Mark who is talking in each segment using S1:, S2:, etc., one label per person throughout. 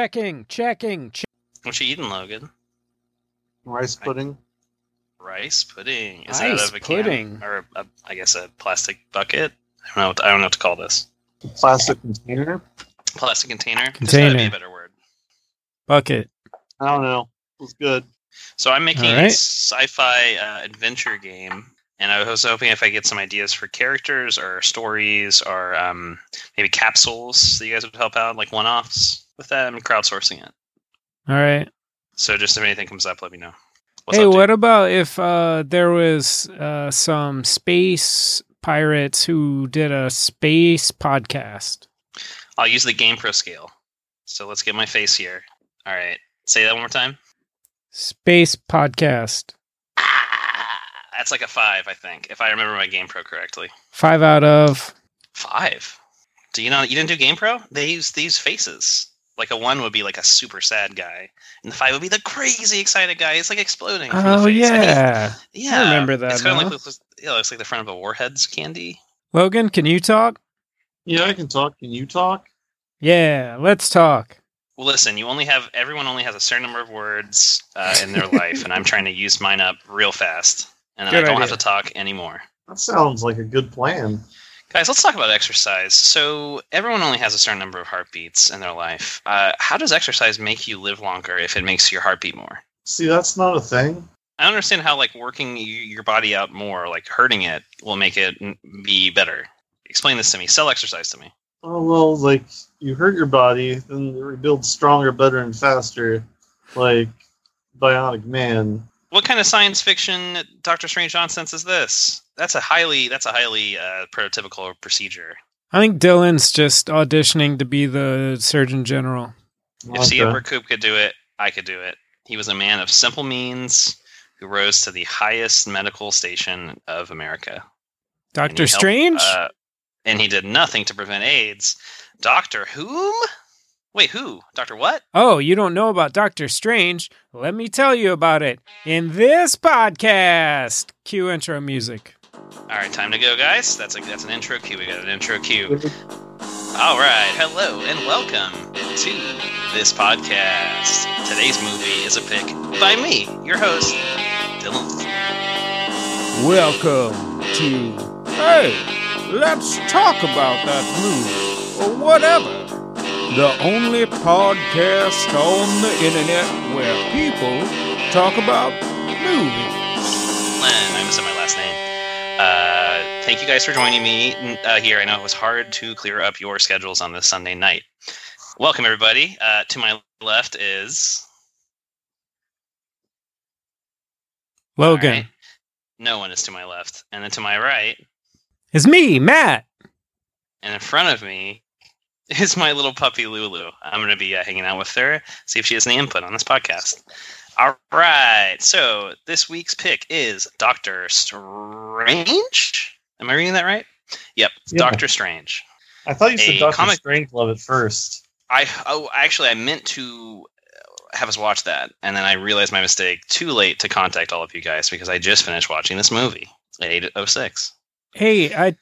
S1: Checking, checking, che-
S2: What you eating, Logan?
S3: Rice pudding.
S2: Rice pudding. Is that out
S1: Rice
S2: of a
S1: pudding.
S2: can or a, I guess a plastic bucket? I don't know. What, I don't know what to call this.
S3: Plastic container.
S2: Plastic container. There's gotta be
S1: Container.
S2: a better word.
S1: bucket.
S3: I don't know. It was good.
S2: So I'm making
S1: All
S2: a
S1: right.
S2: sci-fi uh, adventure game, and I was hoping if I get some ideas for characters or stories or um, maybe capsules that you guys would help out, like one-offs with that. I'm crowdsourcing it.
S1: All right.
S2: So just if anything comes up, let me know.
S1: hey,
S2: up, dude?
S1: what about if uh, there was uh, some space pirates who did a space podcast?
S2: I'll use the GamePro scale. So let's get my face here. All right, say that one more time.
S1: Space podcast.
S2: Ah, that's like a five, I think, if I remember my GamePro correctly.
S1: Five out of.
S2: Five. Do you know you didn't do Game Pro? They use these faces. Like a one would be like a super sad guy, and the five would be the crazy excited guy. It's like exploding. From
S1: Oh
S2: the face. I think-
S1: yeah,
S2: yeah.
S1: remember that
S2: It's kind
S1: now.
S2: of like it looks like the front of a Warheads candy.
S1: Logan, can you talk?
S3: Yeah, I can talk. Can you talk?
S1: Yeah, let's talk.
S2: Well, listen, you only have everyone only has a certain number of words uh, in their life, and I'm trying to use mine up real fast, and then I
S1: Good
S2: don't have
S1: idea.
S2: to talk anymore.
S3: That sounds like a good plan.
S2: Guys, let's talk about exercise. So, everyone only has a certain number of heartbeats in their life. Uh, how does exercise make you live longer if it makes your heartbeat more?
S3: See, that's not a thing.
S2: I don't understand how like working y- your body out more, like hurting it, will make it n- be better. Explain this to me. Sell exercise to me.
S3: Oh well, like you hurt your body, then it rebuilds stronger, better, and faster, like Bionic Man.
S2: What kind of science fiction Doctor Strange nonsense is this? That's a highly that's a highly uh, prototypical procedure.
S1: I think Dylan's just auditioning to be the Surgeon General.
S2: If C.
S3: Okay.
S2: Edward Koop could do it, I could do it. He was a man of simple means who rose to the highest medical station of America. And he
S1: Doctor
S2: helped,
S1: Strange?
S2: uh, and he did nothing to prevent AIDS. Doctor whom? Wait, who? Doctor what?
S1: oh, you don't know about Doctor Strange? Let me tell you about it in this podcast. Cue intro music.
S2: All right, time to go, guys. That's a, that's an intro cue. We got an intro cue. All right, hello and welcome to this podcast. Today's movie is a pick by me, your host, Dylan.
S1: Welcome to Hey, let's talk about that movie or whatever. The only podcast on the internet where people talk about movies.
S2: Len. I'm missing my last name. Uh, thank you guys for joining me uh, here. I know it was hard to clear up your schedules on this Sunday night. Welcome, everybody. Uh, to my left is
S1: Logan, Oh,
S2: All right. No one is to my left, and then to my right
S1: it's me, Matt.
S2: and in front of me is my little puppy Lulu. I'm going to be uh, hanging out with her, see if she has any input on this podcast. All right. So this week's pick is Doctor Strange. Am I reading that right? Yep,
S3: Yeah.
S2: Doctor Strange.
S3: I thought you
S2: a
S3: said Doctor
S2: comic-
S3: Strange Love at first.
S2: I oh actually I meant to have us watch that, and then I realized my mistake too late to contact all of you guys because I just finished watching this movie at eight oh six.
S1: Hey, I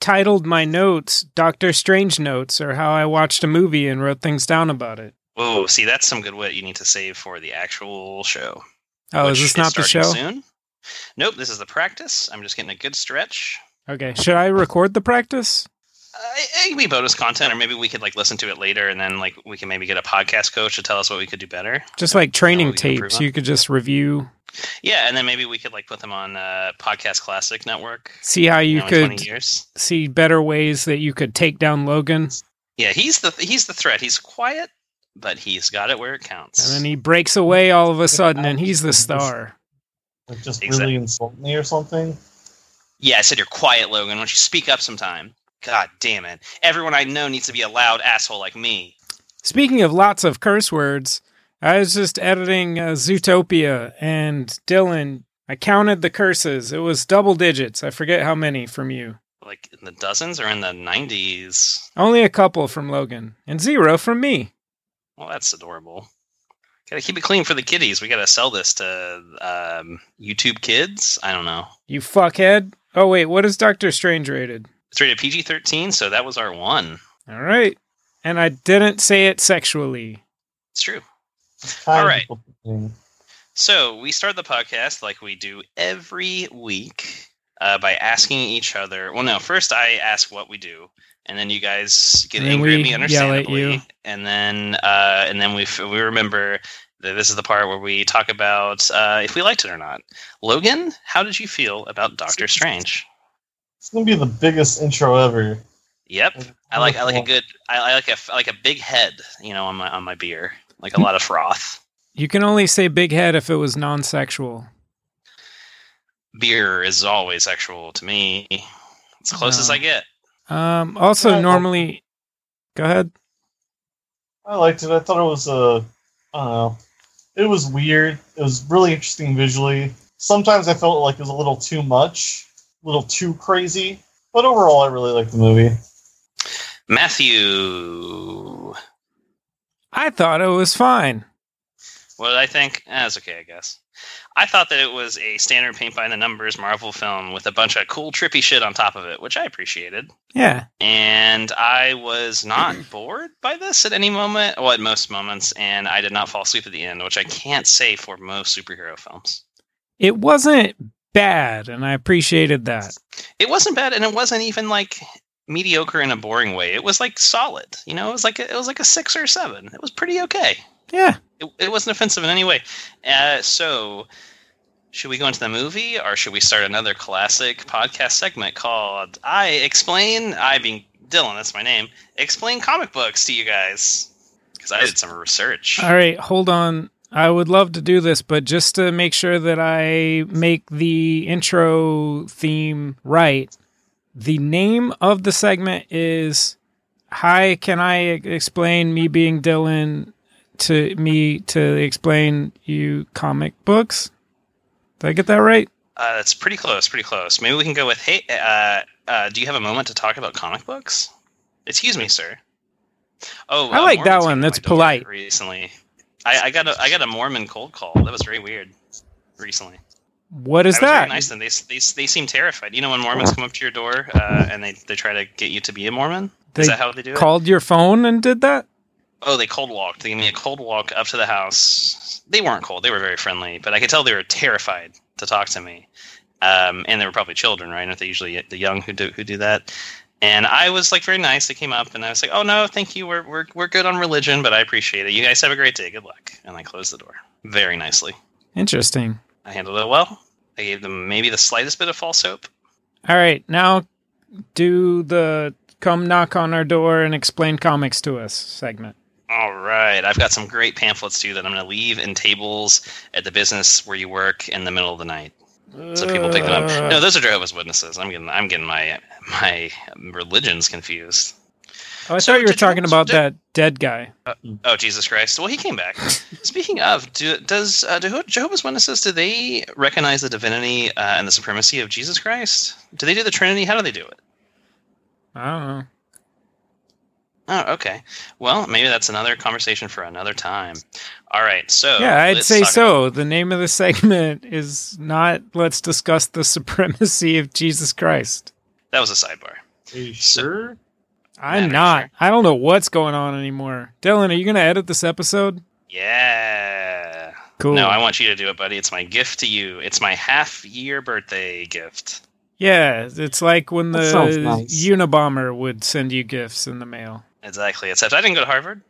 S1: titled my notes Doctor Strange Notes or How I Watched a Movie and Wrote Things Down About It.
S2: Whoa! See, that's some good wit you need to save for the actual show.
S1: Oh, is
S2: which
S1: this not the show?
S2: starting Soon. Nope, this is the practice. I'm just getting a good stretch.
S1: Okay, should I record the practice?
S2: Uh, it, it can be bonus content, or maybe we could like listen to it later, and then like we can maybe get a podcast coach to tell us what we could do better.
S1: Just like
S2: No,
S1: training
S2: we can improve
S1: tapes,
S2: on it.
S1: you could just review,
S2: Yeah, and then maybe we could like put them on uh, Podcast Classic Network.
S1: see how you
S2: know, in
S1: could
S2: 20 years.
S1: see better ways that you could take down Logan,
S2: Yeah, he's the he's the threat. He's quiet, but he's got it where it counts.
S1: and then he breaks away all of a sudden, and he's the star.
S3: Like just
S2: Exactly.
S3: really insult me or something.
S2: Yeah, I said you're quiet, Logan. Why don't you speak up sometime? God damn it! Everyone I know needs to be a loud asshole like me.
S1: Speaking of lots of curse words, I was just editing uh, Zootopia, and Dylan, I counted the curses. It was double digits. I forget how many from you.
S2: Like in the dozens or in the nineties.
S1: Only a couple from Logan, and zero from me.
S2: Well, that's adorable. Gotta keep it clean for the kiddies. We gotta sell this to um, YouTube kids. I don't know.
S1: You fuckhead. Oh, wait, what is Doctor Strange rated?
S2: It's rated PG 13, so that was our one.
S1: All right. And I didn't say it sexually.
S2: It's true.
S4: Kind
S2: All right.
S4: of thing.
S2: So we start the podcast like we do every week uh, by asking each other. Well, no, first I ask what we do, and then you guys get
S1: And then
S2: angry at
S1: we
S2: me,
S1: yell at
S2: understandably,
S1: you.
S2: and then uh, and then we f- we remember that this is the part where we talk about uh, if we liked it or not. Logan, how did you feel about Doctor Strange?
S4: It's gonna be the biggest intro ever.
S2: Yep, I like I like a good I, I like a I like a big head, you know, on my on my beer, like a lot of froth.
S1: You can only say big head if it was non sexual.
S2: Beer is always sexual to me. It's the closest
S1: No.
S2: I get.
S1: Um, also,
S4: Yeah, I-
S1: normally. Go ahead.
S4: I liked it. I thought it was uh, I don't know. It was weird. It was really interesting visually. Sometimes I felt like it was a little too much, a little too crazy. But overall, I really liked the movie.
S2: Matthew.
S1: I thought it was fine.
S2: What did I think? eh, That's okay, I guess. I thought that it was a standard paint by the numbers Marvel film with a bunch of cool, trippy shit on top of it, which I appreciated.
S1: Yeah.
S2: And I was not bored by this at any moment, well, at most moments, and I did not fall asleep at the end, which I can't say for most superhero films.
S1: It wasn't bad, and I appreciated that.
S2: It wasn't bad, and it wasn't even like mediocre in a boring way. It was like solid, you know. It was like a, it was like a six or a seven. It was pretty okay.
S1: Yeah.
S2: it, it wasn't offensive in any way. Uh, so, should we go into the movie, or should we start another classic podcast segment called "I Explain"? I being Dylan, that's my name. Explain comic books to you guys because I did some research.
S1: All right, hold on. I would love to do this, but just to make sure that I make the intro theme right, the name of the segment is Hi, can I explain me being Dylan to me to explain you comic books? Did I get that right?
S2: Uh, that's pretty close. Pretty close. Maybe we can go with "Hey, uh, uh, do you have a moment to talk about comic books?" Excuse me, sir. Oh,
S1: I like that
S2: Mormons
S1: one.
S2: came to
S1: That's
S2: my door
S1: polite.
S2: Recently, I, I got a I got a Mormon cold call. That was very weird. Recently.
S1: What is
S2: I was very
S1: that?
S2: nice to them. They, they, they seem terrified. You know when Mormons come up to your door uh, and they, they try to get you to be a Mormon?
S1: They
S2: Is that how they do it?
S1: Called your phone and did that?
S2: Oh, they cold walked. They gave me a cold walk up to the house. They weren't cold. They were very friendly, but I could tell they were terrified to talk to me. Um, and they were probably children, right? Aren't they usually the young who do who do that? And I was like very nice. They came up and I was like, "Oh no, thank you. We're we're we're good on religion, but I appreciate it. You guys have a great day. Good luck." And I closed the door very nicely.
S1: Interesting.
S2: I handled it well. I gave them maybe the slightest bit of false hope.
S1: All right, now do the come knock on our door and explain comics to us segment.
S2: All right. I've got some great pamphlets too that I'm going to leave in tables at the business where you work in the middle of the night. So people pick them
S1: Uh,
S2: up.
S1: oh,
S2: No, those are Jehovah's Witnesses. I'm getting I'm getting my my religions confused.
S1: Oh, I
S2: So
S1: thought you were
S2: did you-
S1: talking about
S2: did-
S1: that dead guy.
S2: Oh, Jesus Christ. Well, he came back. Speaking of, do, does uh, Jeho- Jehovah's Witnesses do they recognize the divinity uh, and the supremacy of Jesus Christ? Do they do the Trinity? How do they do it?
S1: I don't know.
S2: Oh, okay. Well, maybe that's another conversation for another time. All right. So
S1: yeah, I'd
S2: Oh, let's
S1: say
S2: talk
S1: so. The name of the segment is not "Let's discuss the supremacy of Jesus Christ."
S2: That was a sidebar.
S4: Are you sure?
S1: I'm
S2: Matter,
S1: not.
S2: sure.
S1: I don't know what's going on anymore. Dylan, are you going to edit this episode?
S2: Yeah.
S1: Cool.
S2: No, I want you to do it, buddy. It's my gift to you. It's my half year birthday gift.
S1: yeah, it's like when the
S4: That sounds nice.
S1: Unabomber would send you gifts in the mail.
S2: Exactly. Except I didn't go to Harvard.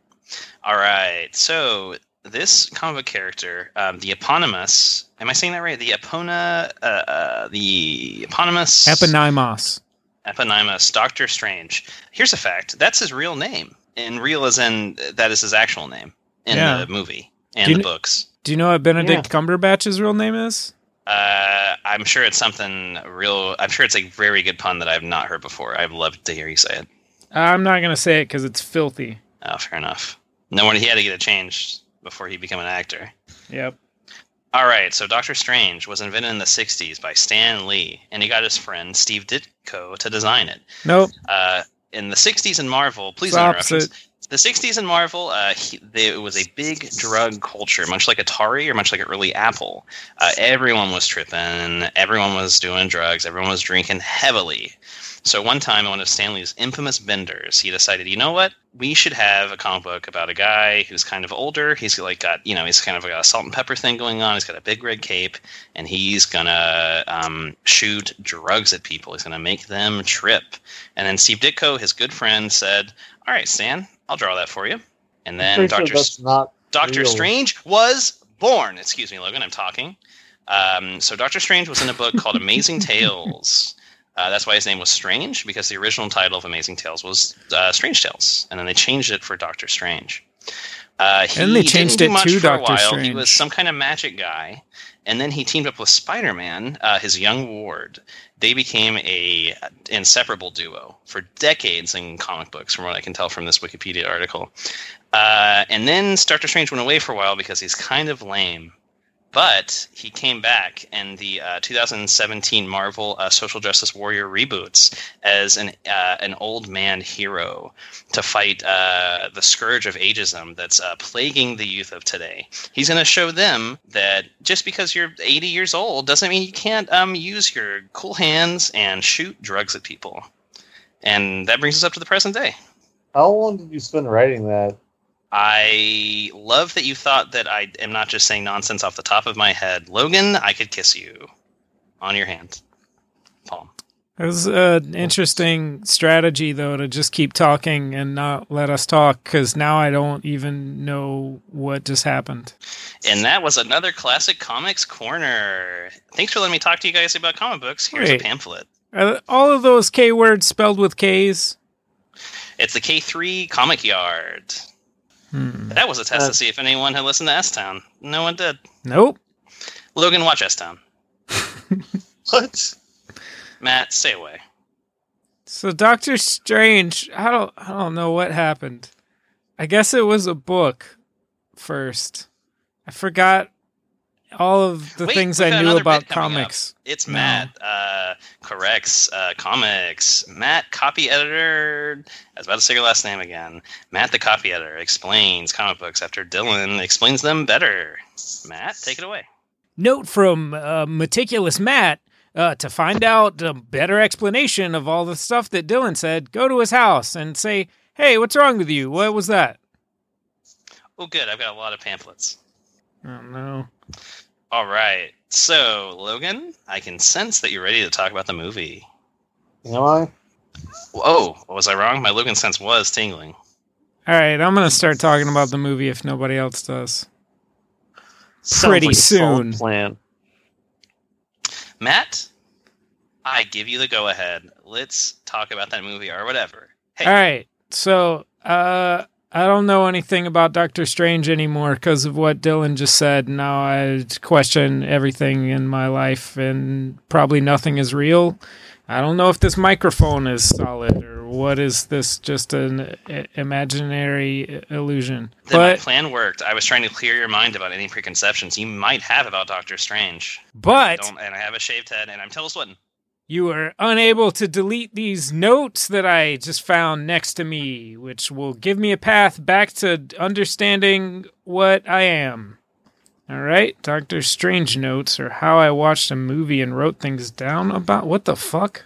S2: All right. So this comic book character, um, the eponymous. Am I saying that right? The epona. Uh, uh, the eponymous.
S1: Eponymous.
S2: Eponymous Doctor Strange. Here's a fact. That's his real name. And real as in uh, that is his actual name in
S1: Yeah.
S2: the movie
S1: Do
S2: and
S1: you
S2: the
S1: kn-
S2: books.
S1: Do you know what Benedict Cumberbatch's real name is?
S2: Uh, I'm sure it's something real. I'm sure it's a very good pun that I've not heard before. I've loved to hear you say it.
S1: I'm not going to say it because it's filthy.
S2: Oh, fair enough. No wonder he had to get it changed before he became an actor.
S1: Yep.
S2: All right, so Doctor Strange was invented in the 60s by Stan Lee, and he got his friend Steve Ditko to design it.
S1: Nope.
S2: Uh, in the 60s in Marvel, please
S1: It's
S2: no
S1: opposite.
S2: interrupt us. the 60s in Marvel, uh, he, there was a big drug culture, much like Atari or much like early Apple. Uh, everyone was tripping, everyone was doing drugs, everyone was drinking heavily. So one time, at one of Stanley's infamous benders, he decided, you know what? We should have a comic book about a guy who's kind of older. He's like got, you know, he's kind of got a salt and pepper thing going on. He's got a big red cape, and he's gonna um, shoot drugs at people. He's gonna make them trip. And then Steve Ditko, his good friend, said, "All right, Stan, I'll draw that for you." And then
S4: Pretty sure
S2: Doctor
S4: that's not
S2: Doctor
S4: real.
S2: Strange was born. Excuse me, Logan. I'm talking. Um, so Doctor Strange was in a book called Amazing Tales. Uh, that's why his name was Strange because the original title of Amazing Tales was uh, Strange Tales, and then they changed it for Doctor Strange. Uh, he
S1: And they
S2: didn't
S1: changed
S2: do
S1: it
S2: much
S1: to
S2: for a
S1: Doctor
S2: while. He
S1: Strange.
S2: was some kind of magic guy, and then he teamed up with Spider-Man, uh, his young ward. They became a uh, inseparable duo for decades in comic books, from what I can tell from this Wikipedia article. Uh, and then Doctor Strange went away for a while because he's kind of lame. But he came back in the uh, 2017 Marvel uh, Social Justice Warrior reboots as an uh, an old man hero to fight uh, the scourge of ageism that's uh, plaguing the youth of today. He's going to show them that just because you're 80 years old doesn't mean you can't um, use your cool hands and shoot drugs at people. And that brings us up to the present day.
S4: How long did you spend writing that?
S2: I love that you thought that I am not just saying nonsense off the top of my head. Logan, I could kiss you on your hand. Palm.
S1: It was an interesting strategy, though, to just keep talking and not let us talk because now I don't even know what just happened.
S2: And that was another classic comics corner. Thanks for letting me talk to you guys about comic books. Here's
S1: Great.
S2: a pamphlet.
S1: Are all of those K words spelled with K's?
S2: It's the K3 Comic Yard.
S1: Hmm.
S2: That was a test
S4: Uh,
S2: to see if anyone had listened to S Town. No one did.
S1: Nope.
S2: Logan, watch S Town.
S4: What?
S2: Matt, stay away.
S1: So Doctor Strange, I don't, I don't know what happened. I guess it was a book first. I forgot all of the
S2: Wait,
S1: things
S2: we've
S1: I
S2: got
S1: knew
S2: another
S1: about
S2: bit coming up.
S1: comics.
S2: It's
S1: No.
S2: Matt uh, corrects uh, comics. Matt, copy editor. I was about to say your last name again. Matt, the copy editor, explains comic books after Dylan explains them better. Matt, take it away.
S1: Note from uh, meticulous Matt uh, to find out a better explanation of all the stuff that Dylan said. Go to his house and say, "Hey, what's wrong with you? What was that?"
S2: Oh, good. I've got a lot of pamphlets.
S1: I don't know.
S2: All right. So, Logan, I can sense that you're ready to talk about the movie.
S4: Am I?
S2: Whoa, was I wrong? My Logan sense was tingling.
S1: All right, I'm gonna start talking about the movie if nobody else does.
S4: Sounds
S1: Pretty
S4: like a solid
S1: soon.
S4: Plan.
S2: Matt, I give you the go ahead. Let's talk about that movie or whatever. Hey,
S1: All right. So, uh, I don't know anything about Doctor Strange anymore because of what Dylan just said. Now I question everything in my life, and probably nothing is real. I don't know if this microphone is solid or what is this just an i- imaginary i- illusion.
S2: Then my
S1: But
S2: plan worked. I was trying to clear your mind about any preconceptions you might have about Doctor Strange.
S1: but
S2: Don't, and I have a shaved head, and I'm Tilda Swinton.
S1: you were unable to delete these notes that I just found next to me, which will give me a path back to understanding what I am. All right, Doctor Strange notes are how I watched a movie and wrote things down about what the fuck?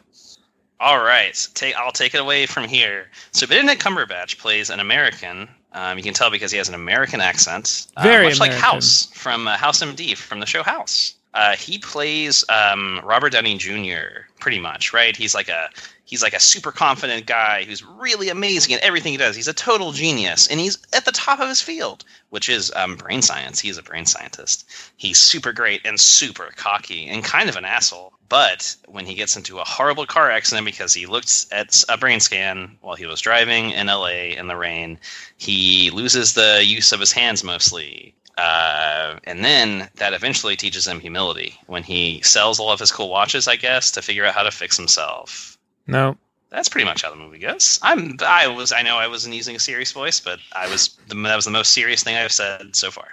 S2: All right, so take, I'll take it away from here. So Benedict Cumberbatch plays an American. Um, you can tell because he has an American accent, uh,
S1: Very
S2: much like
S1: American.
S2: House from uh, House MD from the show House. Uh, he plays um, Robert Downey Jr. pretty much, right? He's like a he's like a super confident guy who's really amazing at everything he does. He's a total genius, and he's at the top of his field, which is um, brain science. He's a brain scientist. He's super great and super cocky and kind of an asshole. But when he gets into a horrible car accident because he looked at a brain scan while he was driving in LA in the rain, he loses the use of his hands mostly. Uh, and then that eventually teaches him humility when he sells all of his cool watches, I guess, to figure out how to fix himself
S1: No.
S2: that's pretty much how the movie goes. I'm I was I know I wasn't using a serious voice, but I was the, that was the most serious thing I've said so far.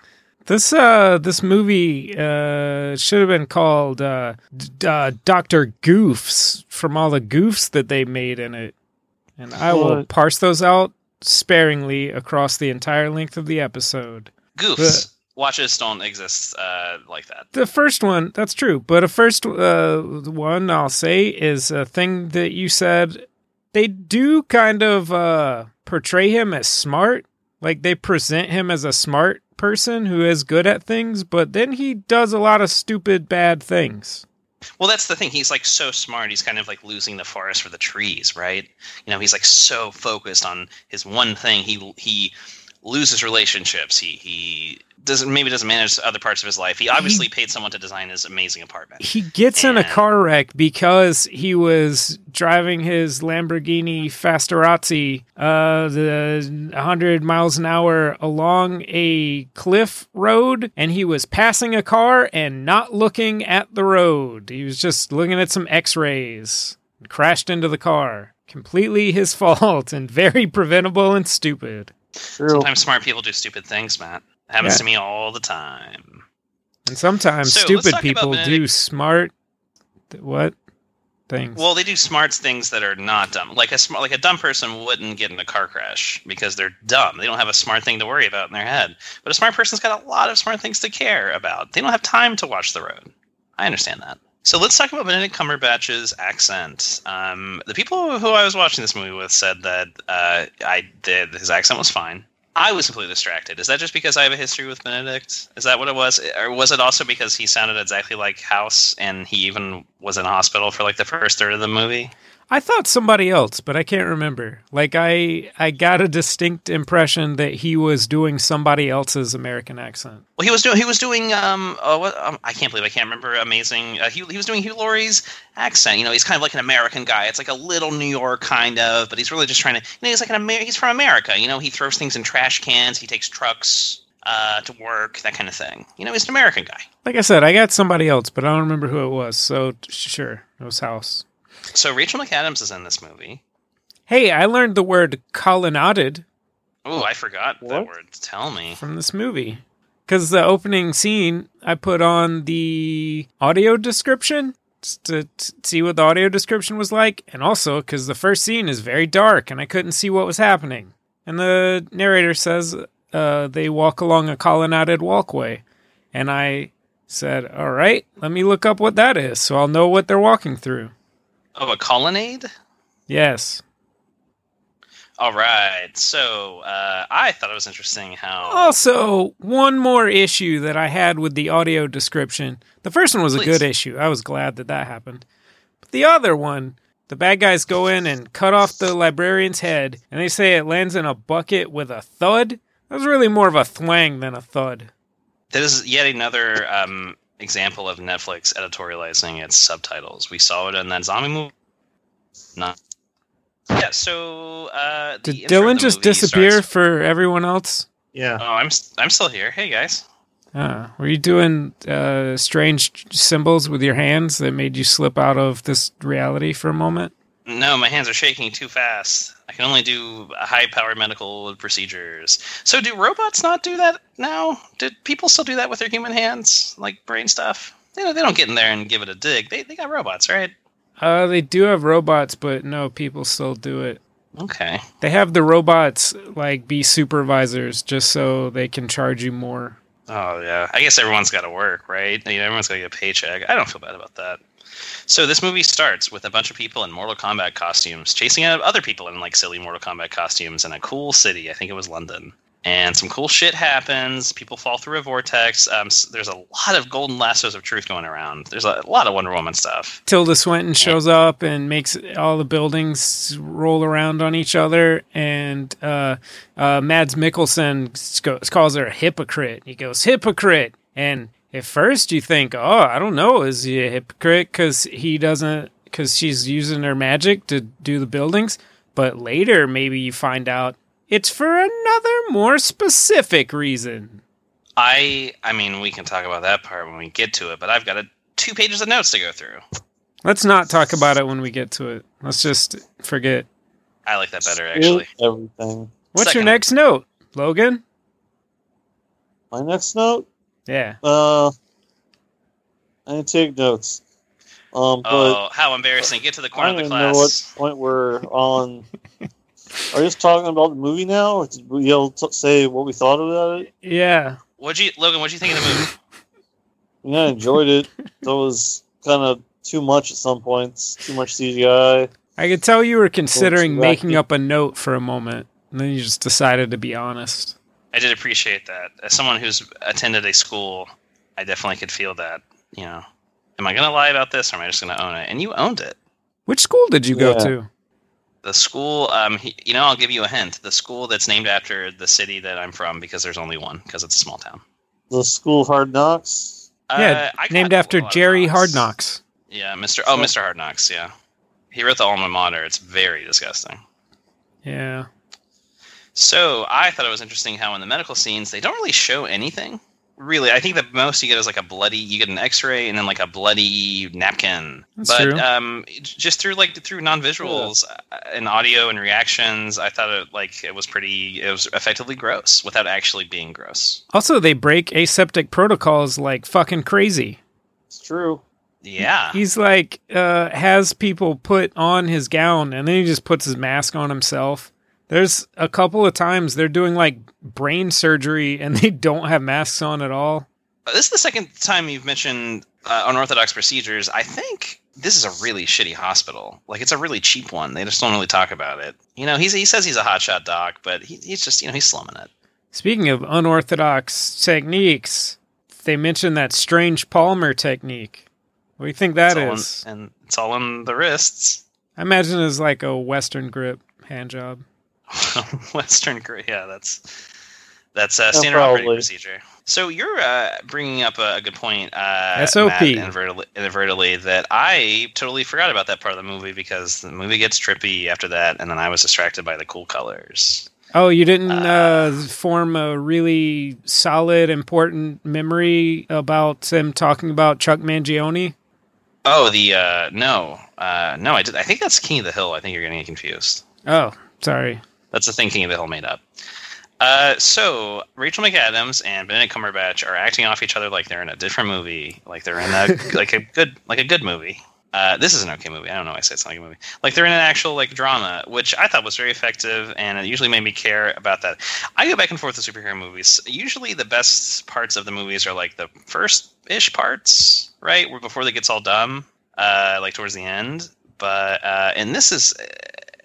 S1: This uh this movie uh should have been called uh, d- uh Doctor Goofs from all the goofs that they made in it. And I will
S4: What?
S1: parse those out sparingly across the entire length of the episode.
S2: Goofs. Watches don't exist uh, like that.
S1: The first one, that's true, but a first uh, one I'll say is a thing that you said. They do kind of uh, portray him as smart, like they present him as a smart person who is good at things, but then he does a lot of stupid, bad things.
S2: Well, that's the thing. He's like so smart. He's kind of like losing the forest for the trees, right? You know, he's like so focused on his one thing. He he loses relationships. He he doesn't maybe doesn't manage other parts of his life. He obviously paid someone to design his amazing apartment.
S1: He gets in a
S2: And-
S1: car wreck because he was driving his Lamborghini Fastorazzi, uh, the 100 miles an hour along a cliff road, and he was passing a car and not looking at the road. He was just looking at some x rays and crashed into the car. Completely his fault and very preventable and stupid.
S4: True.
S2: Sometimes smart people do stupid things, Matt. Happens
S1: Yeah.
S2: to me all the time.
S1: And sometimes
S2: So, let's
S1: stupid
S2: talk about
S1: people do
S2: Benedict-
S1: smart. th- what? Things.
S2: Well, they do smart things that are not dumb. Like a smart, like a dumb person wouldn't get in a car crash because they're dumb. They don't have a smart thing to worry about in their head. But a smart person's got a lot of smart things to care about. They don't have time to watch the road. I understand that. So let's talk about Benedict Cumberbatch's accent. Um, the people who I was watching this movie with said that uh, I did his accent was fine. I was completely distracted. Is that just because I have a history with Benedict? Is that what it was? Or was it also because he sounded exactly like House and he even was in a hospital for like the first third of the movie?
S1: I thought somebody else, but I can't remember. Like I I got a distinct impression that he was doing somebody else's American accent.
S2: Well, he was doing he was doing um, uh, what, um I can't believe I can't remember amazing uh, he, he was doing Hugh Laurie's accent. You know, he's kind of like an American guy. It's like a little New York kind of, but he's really just trying to. You know, he's like an Amer- he's from America. You know, he throws things in trash cans. He takes trucks uh, to work, that kind of thing. You know, he's an American guy.
S1: Like I said, I got somebody else, but I don't remember who it was. So t- sure, it was House.
S2: So Rachel McAdams is in this movie.
S1: Hey, I learned the word colonnaded
S2: Oh, I forgot
S4: What?
S2: that word. Tell me.
S1: from this movie. Cuz the opening scene, I put on the audio description s- to t- see what the audio description was like and also cuz the first scene is very dark and I couldn't see what was happening. And the narrator says uh, they walk along a colonnaded walkway. And I said, All right, let me look up what that is so I'll know what they're walking through.
S2: Oh, a colonnade.
S1: Yes.
S2: All right. So uh, I thought it was interesting how.
S1: Oh. Also, one more issue that I had with the audio description. The first one was a
S2: Please.
S1: good issue. I was glad that that happened. But the other one, the bad guys go in and cut off the librarian's head, and they say it lands in a bucket with a thud. That was really more of a thwang than a thud.
S2: That is yet another um, example of Netflix editorializing its subtitles. We saw it in that zombie movie. Not. Yeah. So uh, the
S1: Did
S2: intro of
S1: Dylan
S2: the
S1: just
S2: movie
S1: disappear
S2: starts-
S1: for everyone else?
S4: Yeah.
S2: oh, I'm s- I'm still here. Hey guys.
S1: Uh, were you doing uh, strange symbols with your hands that made you slip out of this reality for a moment?
S2: No, my hands are shaking too fast. I can only do high powered medical procedures. So do robots not do that now? Did people still do that with their human hands, like brain stuff? They don't, they don't get in there and give it a dig. They they got robots, right?
S1: Uh, they do have robots, but no, people still do it.
S2: Okay.
S1: They have the robots like be supervisors just so they can charge you more.
S2: Oh yeah, I guess everyone's got to work, right? You know, everyone's got to get a paycheck. I don't feel bad about that. So this movie starts with a bunch of people in Mortal Kombat costumes chasing out other people in like silly Mortal Kombat costumes in a cool city. I think it was London. And some cool shit happens. People fall through a vortex. Um, s there's a lot of golden lassos of truth going around. There's a lot of Wonder Woman stuff.
S1: Tilda Swinton shows up and makes all the buildings roll around on each other. And uh, uh, Mads Mikkelsen sco- calls her a hypocrite. He goes, hypocrite. And at first you think, oh, I don't know, is he a hypocrite because he doesn't, because she's using her magic to do the buildings. But later, maybe you find out it's for another more specific reason.
S2: I I mean, we can talk about that part when we get to it. But I've got a, two pages of notes to go through.
S1: Let's not talk about it when we get to it. Let's just forget.
S2: I like that better actually.
S4: Screw Everything.
S1: What's
S2: Second.
S1: your next note, Logan?
S4: My next note.
S1: Yeah.
S4: Uh, I didn't take notes. Um, but
S2: Oh, how embarrassing! Get to the
S4: I
S2: corner of
S4: don't
S2: the
S4: even
S2: class.
S4: know what point we're on. Are you just talking about the movie now, or did we all t- say what we thought about it?
S1: Yeah.
S2: What'd you, Logan? What'd you think of the movie?
S4: Yeah, I enjoyed it. That was kind of too much at some points. Too much CGI.
S1: I could tell you were considering
S4: Well,
S1: making
S4: exactly.
S1: up a note for a moment, and then you just decided to be honest.
S2: I did appreciate that. As someone who's attended a school, I definitely could feel that. You know, am I going to lie about this, or am I just going to own it? And you owned it.
S1: Which school did you go
S4: Yeah.
S1: to?
S2: The school, um, he, you know, I'll give you a hint. The school that's named after the city that I'm from, because there's only one, because it's a small town. Uh,
S4: The school of hard knocks.
S1: Yeah,
S2: I got
S1: Named
S2: a
S1: after
S2: lot of
S1: Jerry
S2: knocks.
S1: Hard Knocks.
S2: Yeah, Mr. Oh, Mr. Hard Knocks. Yeah, he wrote the alma mater. It's very disgusting.
S1: Yeah.
S2: So I thought it was interesting how in the medical scenes they don't really show anything. Really, I think the most you get is like a bloody. You get an X-ray and then like a bloody napkin.
S1: That's
S2: but
S1: true.
S2: um, j- just through like through non-visuals uh, and audio and reactions, I thought it like it was pretty. It was effectively gross without actually being gross.
S1: Also, they break aseptic protocols like fucking crazy.
S4: It's true.
S2: Yeah,
S1: He's like, uh, has people put on his gown and then he just puts his mask on himself. There's a couple of times they're doing like brain surgery and they don't have masks on at all.
S2: this is the second time you've mentioned uh, unorthodox procedures. I think this is a really shitty hospital. Like it's a really cheap one. They just don't really talk about it. You know, he's, he says he's a hotshot doc, but he, he's just you know he's slumming it.
S1: Speaking of unorthodox techniques, they mentioned that strange Palmer technique. What do you think that
S2: it's all
S1: is?
S2: in- and it's all in the wrists.
S1: I imagine it's like a Western grip hand job.
S2: Western Korea. Yeah, that's that's uh,
S4: Yeah,
S2: standard operating
S4: probably.
S2: procedure. So you're uh, bringing up a, a good point, uh,
S1: SOP.
S2: Matt, inadvertently, inadvertently, that I totally forgot about that part of the movie because the movie gets trippy after that, and then I was distracted by the cool colors.
S1: Oh, you didn't uh,
S2: Uh,
S1: form a really solid, important memory about him talking about Chuck Mangione?
S2: Oh, the uh, no, uh, no, I did. I think that's King of the Hill. I think you're getting it confused.
S1: Oh, sorry.
S2: That's the thing King of the Hill made up. Uh, so Rachel McAdams and Benedict Cumberbatch are acting off each other like they're in a different movie, like they're in a like a good like a good movie. Uh, this is an okay movie. I don't know why I say it's not a good movie. Like they're in an actual like drama, which I thought was very effective, and it usually made me care about that. I go back and forth with superhero movies. Usually, the best parts of the movies are like the first ish parts, right, where before they gets all dumb, uh, like towards the end. But uh, and this is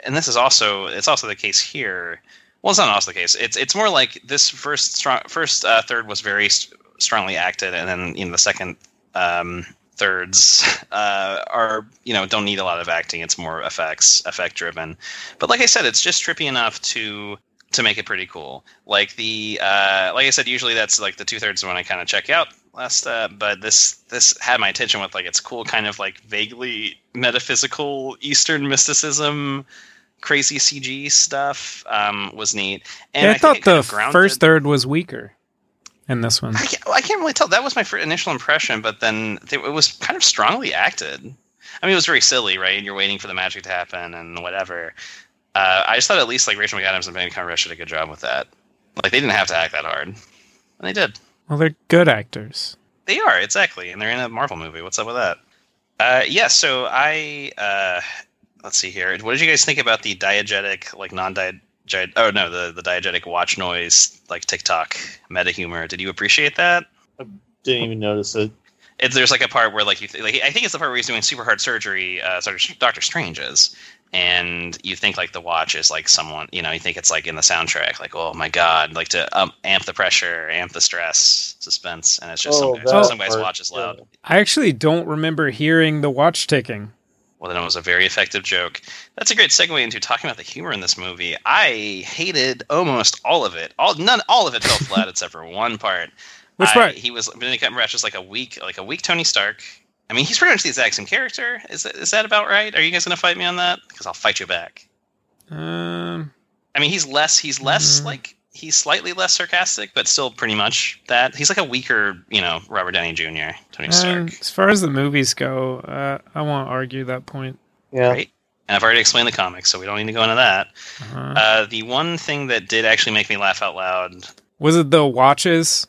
S2: and this is also it's also the case here. Well, it's not also the case. It's it's more like this first strong, first uh, third was very st- strongly acted, and then you know the second um, thirds uh, are you know don't need a lot of acting. It's more effects effect driven. But like I said, it's just trippy enough to to make it pretty cool. Like the uh, like I said, usually that's like the two thirds when I kind of check out last. Uh, but this this had my attention with like its cool kind of like vaguely metaphysical Eastern mysticism, crazy CG stuff um, was neat. And
S1: yeah, I,
S2: think
S1: thought
S2: it kind
S1: the
S2: of grounded-
S1: first third was weaker in this one.
S2: I can't, I can't really tell. That was my fir- initial impression, but then they, it was kind of strongly acted. I mean, it was very silly, right? And you're waiting for the magic to happen and whatever. Uh, I just thought at least like Rachel McAdams and Benedict Cumberbatch did a good job with that. Like they didn't have to act that hard, and they did.
S1: Well, they're good actors.
S2: They are exactly, and they're in a Marvel movie. What's up with that? Uh, yeah. So I uh, let's see here. What did you guys think about the diegetic, like non-diegetic? Oh no, the the diegetic watch noise, like TikTok meta humor. Did you appreciate that?
S4: Didn't even notice it.
S2: it, there's like a part where like you th- like I think it's the part where he's doing super hard surgery, uh, sort of Doctor Strange is, and you think like the watch is like someone, you know, you think it's like in the soundtrack, like oh my god, like to um, amp the pressure, amp the stress, suspense, and it's just
S4: Oh,
S2: some, guys,
S4: that
S2: some guy's
S4: part,
S2: watch is loud.
S4: yeah.
S1: I actually don't remember hearing the watch ticking.
S2: Well, then it was a very effective joke. That's a great segue into talking about the humor in this movie. I hated almost all of it. All none, all of it fell flat except for one part.
S1: Which
S2: I-
S1: part?
S2: He was Benedict Cumberbatch was like a weak, like a weak Tony Stark. I mean, he's pretty much the exact same character. Is that, is that about right? Are you guys going to fight me on that? Because I'll fight you back.
S1: Um,
S2: I mean, he's less. He's less
S1: Mhm.
S2: like he's slightly less sarcastic, but still pretty much that. He's like a weaker, you know, Robert Downey Jr. Tony
S1: um,
S2: Stark.
S1: as far as the movies go, uh, I won't argue that point.
S4: Yeah.
S2: Right? And I've already explained the comics, so we don't need to go into that.
S1: Uh-huh.
S2: Uh, the one thing that did actually make me laugh out loud
S1: Was it the watches?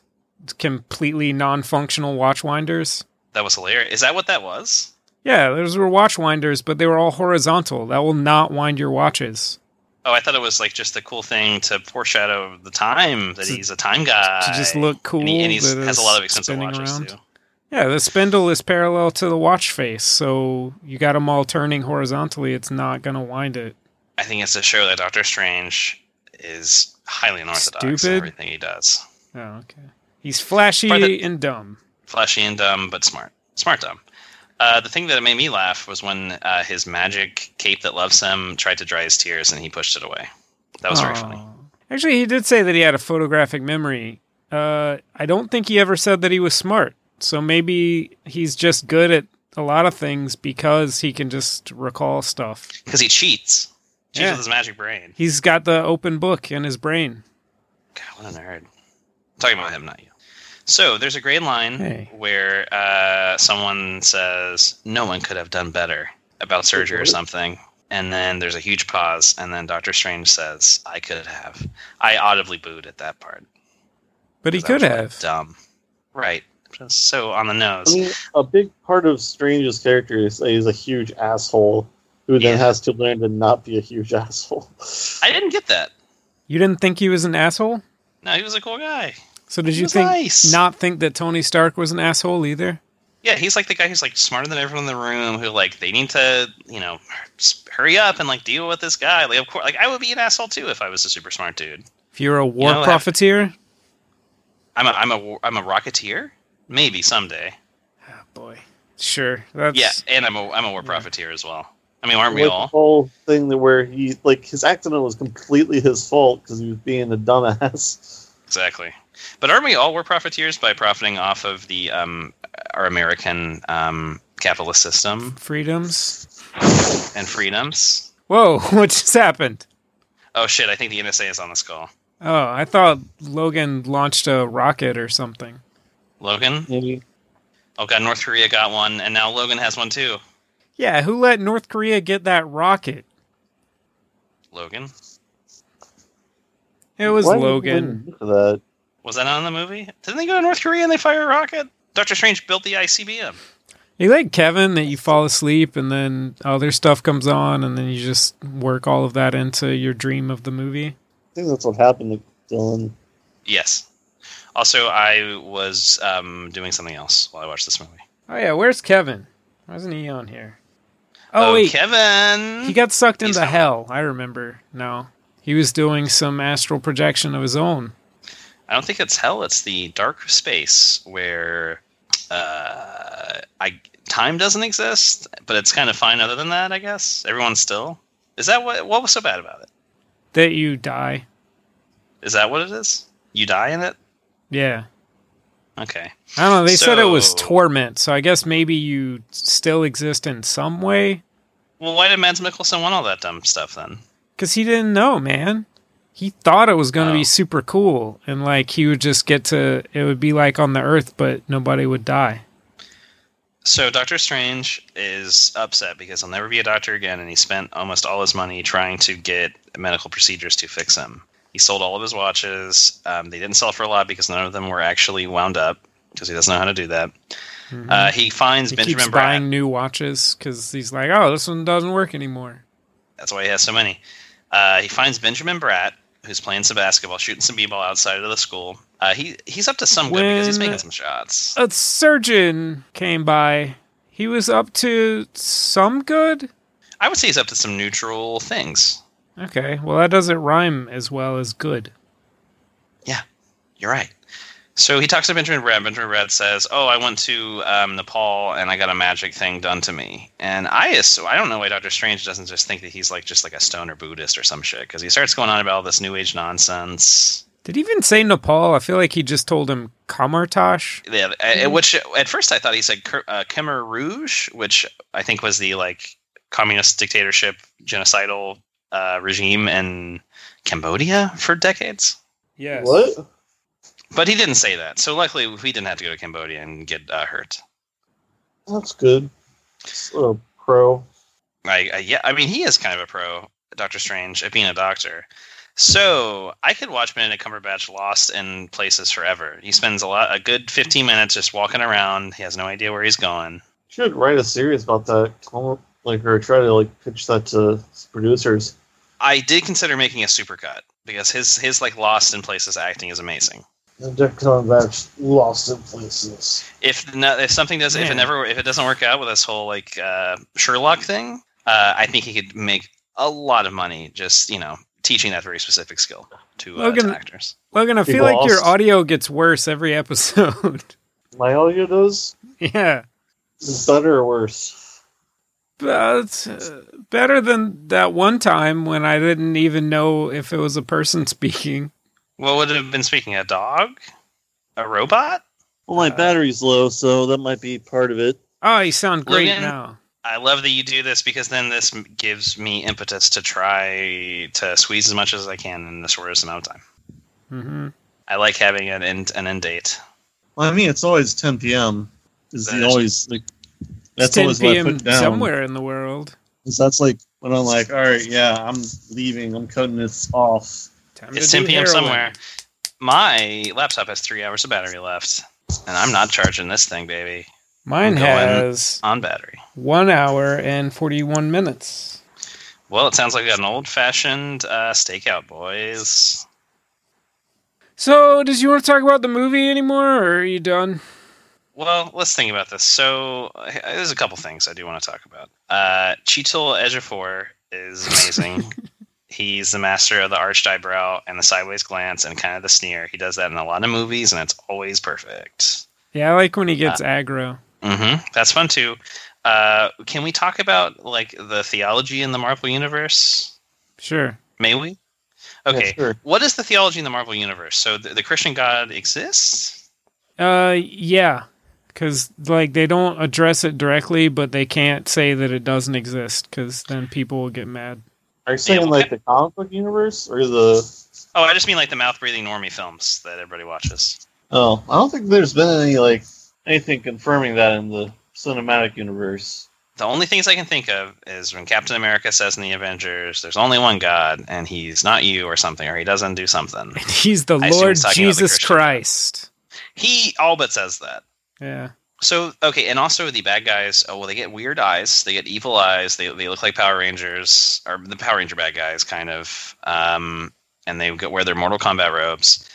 S1: Completely non-functional watch winders.
S2: that was hilarious. Is that what that was?
S1: Yeah, those were watch winders, but they were all horizontal. That will not wind your watches.
S2: Oh, I thought it was like just a cool thing to foreshadow the time that
S1: To-
S2: he's a time guy.
S1: to just look cool.
S2: and he and he's,
S1: that
S2: has a
S1: is
S2: lot of expensive
S1: spinning
S2: watches
S1: around.
S2: too.
S1: Yeah, the spindle is parallel to the watch face, so you got them all turning horizontally. It's not going to wind it.
S2: I think it's to show that Doctor Strange is highly unorthodox in
S1: Stupid.
S2: everything he does.
S1: Oh, okay. He's flashy
S2: But the-
S1: and dumb.
S2: Flashy and dumb, but smart. Smart dumb. Uh, the thing that made me laugh was when uh, his magic cape that loves him tried to dry his tears and he pushed it away. That was very
S1: Aw.
S2: funny.
S1: Actually, he did say that he had a photographic memory. Uh, I don't think he ever said that he was smart. So maybe he's just good at a lot of things because he can just recall stuff.
S2: Because he cheats. Cheats
S1: Yeah.
S2: with his magic brain.
S1: He's got the open book in his brain.
S2: God, what a nerd. I'm talking about him, not you. So there's a great line
S1: Hey.
S2: where uh, someone says, No one could have done better about surgery or something. And then there's a huge pause, and then Doctor Strange says, I could have. I audibly booed at that part.
S1: But he
S2: 'cause I
S1: could
S2: was, like,
S1: have.
S2: Dumb. Right. Just so on the
S4: I
S2: nose.
S4: mean, a big part of Strange's character is that he's a huge asshole who then
S2: Yeah.
S4: has to learn to not be a huge asshole.
S2: I didn't get that.
S1: You didn't think he was an asshole?
S2: No, he was a cool guy.
S1: So did
S2: He
S1: you
S2: was
S1: think
S2: nice.
S1: not think that Tony Stark was an asshole either?
S2: Yeah, he's like the guy who's like smarter than everyone in the room. Who like they need to, you know, hurry up and like deal with this guy. Like of course, like I would be an asshole too if I was a super smart dude.
S1: If you're a war
S2: You know,
S1: profiteer?
S2: I'm a I'm a war- I'm a rocketeer. Maybe someday.
S1: Oh boy. Sure. That's
S2: Yeah, and I'm a I'm a war profiteer as well. I mean, aren't we
S4: Like,
S2: all?
S4: The whole thing that where he like his accident was completely his fault because he was being a dumbass.
S2: Exactly. But aren't we all war profiteers by profiting off of the um our American um capitalist system
S1: freedoms.
S2: and freedoms?
S1: Whoa, what just happened?
S2: Oh shit! I think the NSA is on this call.
S1: Oh, I thought Logan launched a rocket or something.
S2: Logan.
S4: Maybe
S2: Oh god, North Korea got one, and now Logan has one too.
S1: Yeah, who let North Korea get that rocket?
S2: Logan.
S1: It was
S4: Why would
S1: Logan.
S4: we do That
S2: Was that not in the movie? Didn't they go to North Korea and they fire a rocket? Doctor Strange built the ICBM.
S1: You like Kevin that you fall asleep and then other stuff comes on and then you just work all of that into your dream of the movie.
S4: I think that's what happened to Dylan.
S2: Yes. Also, I was um, doing something else while I watched this movie.
S1: Oh yeah, where's Kevin? Why isn't he on here? Oh wait,
S2: Kevin!
S1: he got sucked
S2: He's
S1: into
S2: not-
S1: hell. I remember now. He was doing some astral projection of his own.
S2: I don't think it's hell. It's the dark space where uh, I time doesn't exist, but it's kind of fine. Other than that, I guess everyone's still. Is that what? What was so bad about it?
S1: That you die.
S2: Is that what it is? You die in it?
S1: Yeah.
S2: Okay.
S1: I don't know. They said it was
S2: So-
S1: torment, so I guess maybe you still exist in some way.
S2: Well, why did Mads Mikkelsen want all that dumb stuff then?
S1: Because he didn't know, man. He thought it was going to
S2: Oh.
S1: be super cool, and like he would just get to. It would be like on the Earth, but nobody would die.
S2: So Doctor Strange is upset because he'll never be a doctor again, and he spent almost all his money trying to get medical procedures to fix him. He sold all of his watches. Um, they didn't sell for a lot because none of them were actually wound up because he doesn't know how to do that.
S1: Mhm.
S2: Uh, he finds
S1: he keeps
S2: Benjamin Bratt.
S1: buying new watches because he's like, oh, this one doesn't work anymore.
S2: That's why he has so many. Uh, he finds Benjamin Bratt, who's playing some basketball, shooting some b-ball outside of the school. Uh, he he's up to some good because he's
S1: When-
S2: making some shots.
S1: A surgeon came by. He was up to some good.
S2: I would say he's up to some neutral things.
S1: Okay, well that doesn't rhyme as well as good.
S2: You're right. So he talks to Benjamin Red. Benjamin Red says, "Oh, I went to um, Nepal and I got a magic thing done to me." And I so I don't know why Doctor Strange doesn't just think that he's like just like a stoner Buddhist or some shit because he starts going on about all this New Age nonsense.
S1: Did he even say Nepal? I feel like he just told him Kamartosh.
S2: Yeah, a- which at first I thought he said Khmer- uh, Khmer Rouge, which I think was the like communist dictatorship genocidal uh, regime in Cambodia for decades.
S1: Yes.
S4: What?
S2: But he didn't say that, so luckily we didn't have to go to Cambodia and get uh, hurt.
S4: That's good. It's a pro.
S2: I, I uh, yeah, I mean he is kind of a pro, Doctor Strange, at being a doctor. So I could watch Benedict Cumberbatch lost in places forever. He spends a lot, a good fifteen minutes just walking around. He has no idea where he's going.
S4: Should write a series about that, like, or try to like pitch that to producers.
S2: I did consider making a supercut because his his like lost in places acting is amazing.
S3: And Dick Cumberbatch lost in places.
S2: If no, if something does if it
S1: Man.
S2: never if it doesn't work out with this whole like uh, Sherlock thing, uh, I think he could make a lot of money just you know teaching that very specific skill to, uh,
S1: Logan-
S2: to actors.
S1: Logan, I
S3: He
S1: feel like your
S3: lost.
S1: audio gets worse every episode.
S3: My audio does
S1: yeah.
S3: is it better or worse.
S1: But it's uh, better than that one time when I didn't even know if it was a person speaking.
S2: What would it have been speaking? A dog? A robot?
S3: Well,
S1: Uh,
S3: my battery's low, so that might be part of it.
S1: Oh, you sound great
S2: Logan?
S1: now.
S2: I love that you do this because then this m- gives me impetus to try to squeeze as much as I can in the shortest amount of time.
S1: hmm
S2: I like having an end, an end date.
S3: Well, I mean, it's always 10 p.m. Is
S2: That is-
S3: always like
S1: It's 10 p.m. somewhere in the world.
S3: 'Cause that's like when I'm like, all right, yeah, I'm leaving. I'm cutting this off.
S1: Time
S2: It's
S1: to
S2: 10
S1: do
S2: p.m.
S1: heroin.
S2: somewhere. My laptop has three hours of battery left, and I'm not charging this thing, baby,
S1: Mine
S2: I'm going.
S1: has
S2: on battery.
S1: one hour and 41 minutes.
S2: Well, it sounds like we got an old fashioned uh, stakeout, boys.
S1: So, does you want to talk about the movie anymore, or are you done?
S2: Well, let's think about this. So, uh, there's a couple things I do want to talk about. Uh, Chitil Ejiofor is amazing. He's the master of the arched eyebrow and the sideways glance and kind of the sneer. He does that in a lot of movies, and it's always perfect.
S1: Yeah, I like when he
S2: Uh.
S1: gets aggro.
S2: hmm That's fun too. Uh, can we talk about like the theology in the Marvel universe?
S1: Sure.
S2: May we? Okay.
S3: Yeah, sure.
S2: What is the theology in the Marvel universe? So the, the Christian God exists.
S1: Uh, yeah, because like they don't address it directly, but they can't say that it doesn't exist because then people will get mad.
S4: Are you saying
S2: Yeah.
S4: like the comic book universe or the?
S2: Oh, I just mean like the mouth breathing normie films that everybody watches.
S3: Oh, I don't think there's been any like anything confirming that in the cinematic universe.
S2: The only things I can think of is when Captain America says in the Avengers, "There's only one God, and He's not you, or something, or He doesn't do something."
S1: He's the
S2: I assume
S1: Lord
S2: he's talking about the
S1: Jesus
S2: Christian God.
S1: Christ.
S2: He all but says that.
S1: Yeah.
S2: So okay, and also the bad guys. Oh well, they get weird eyes. They get evil eyes. They they look like Power Rangers or the Power Ranger bad guys, kind of. Um, and they go- wear their Mortal Kombat robes,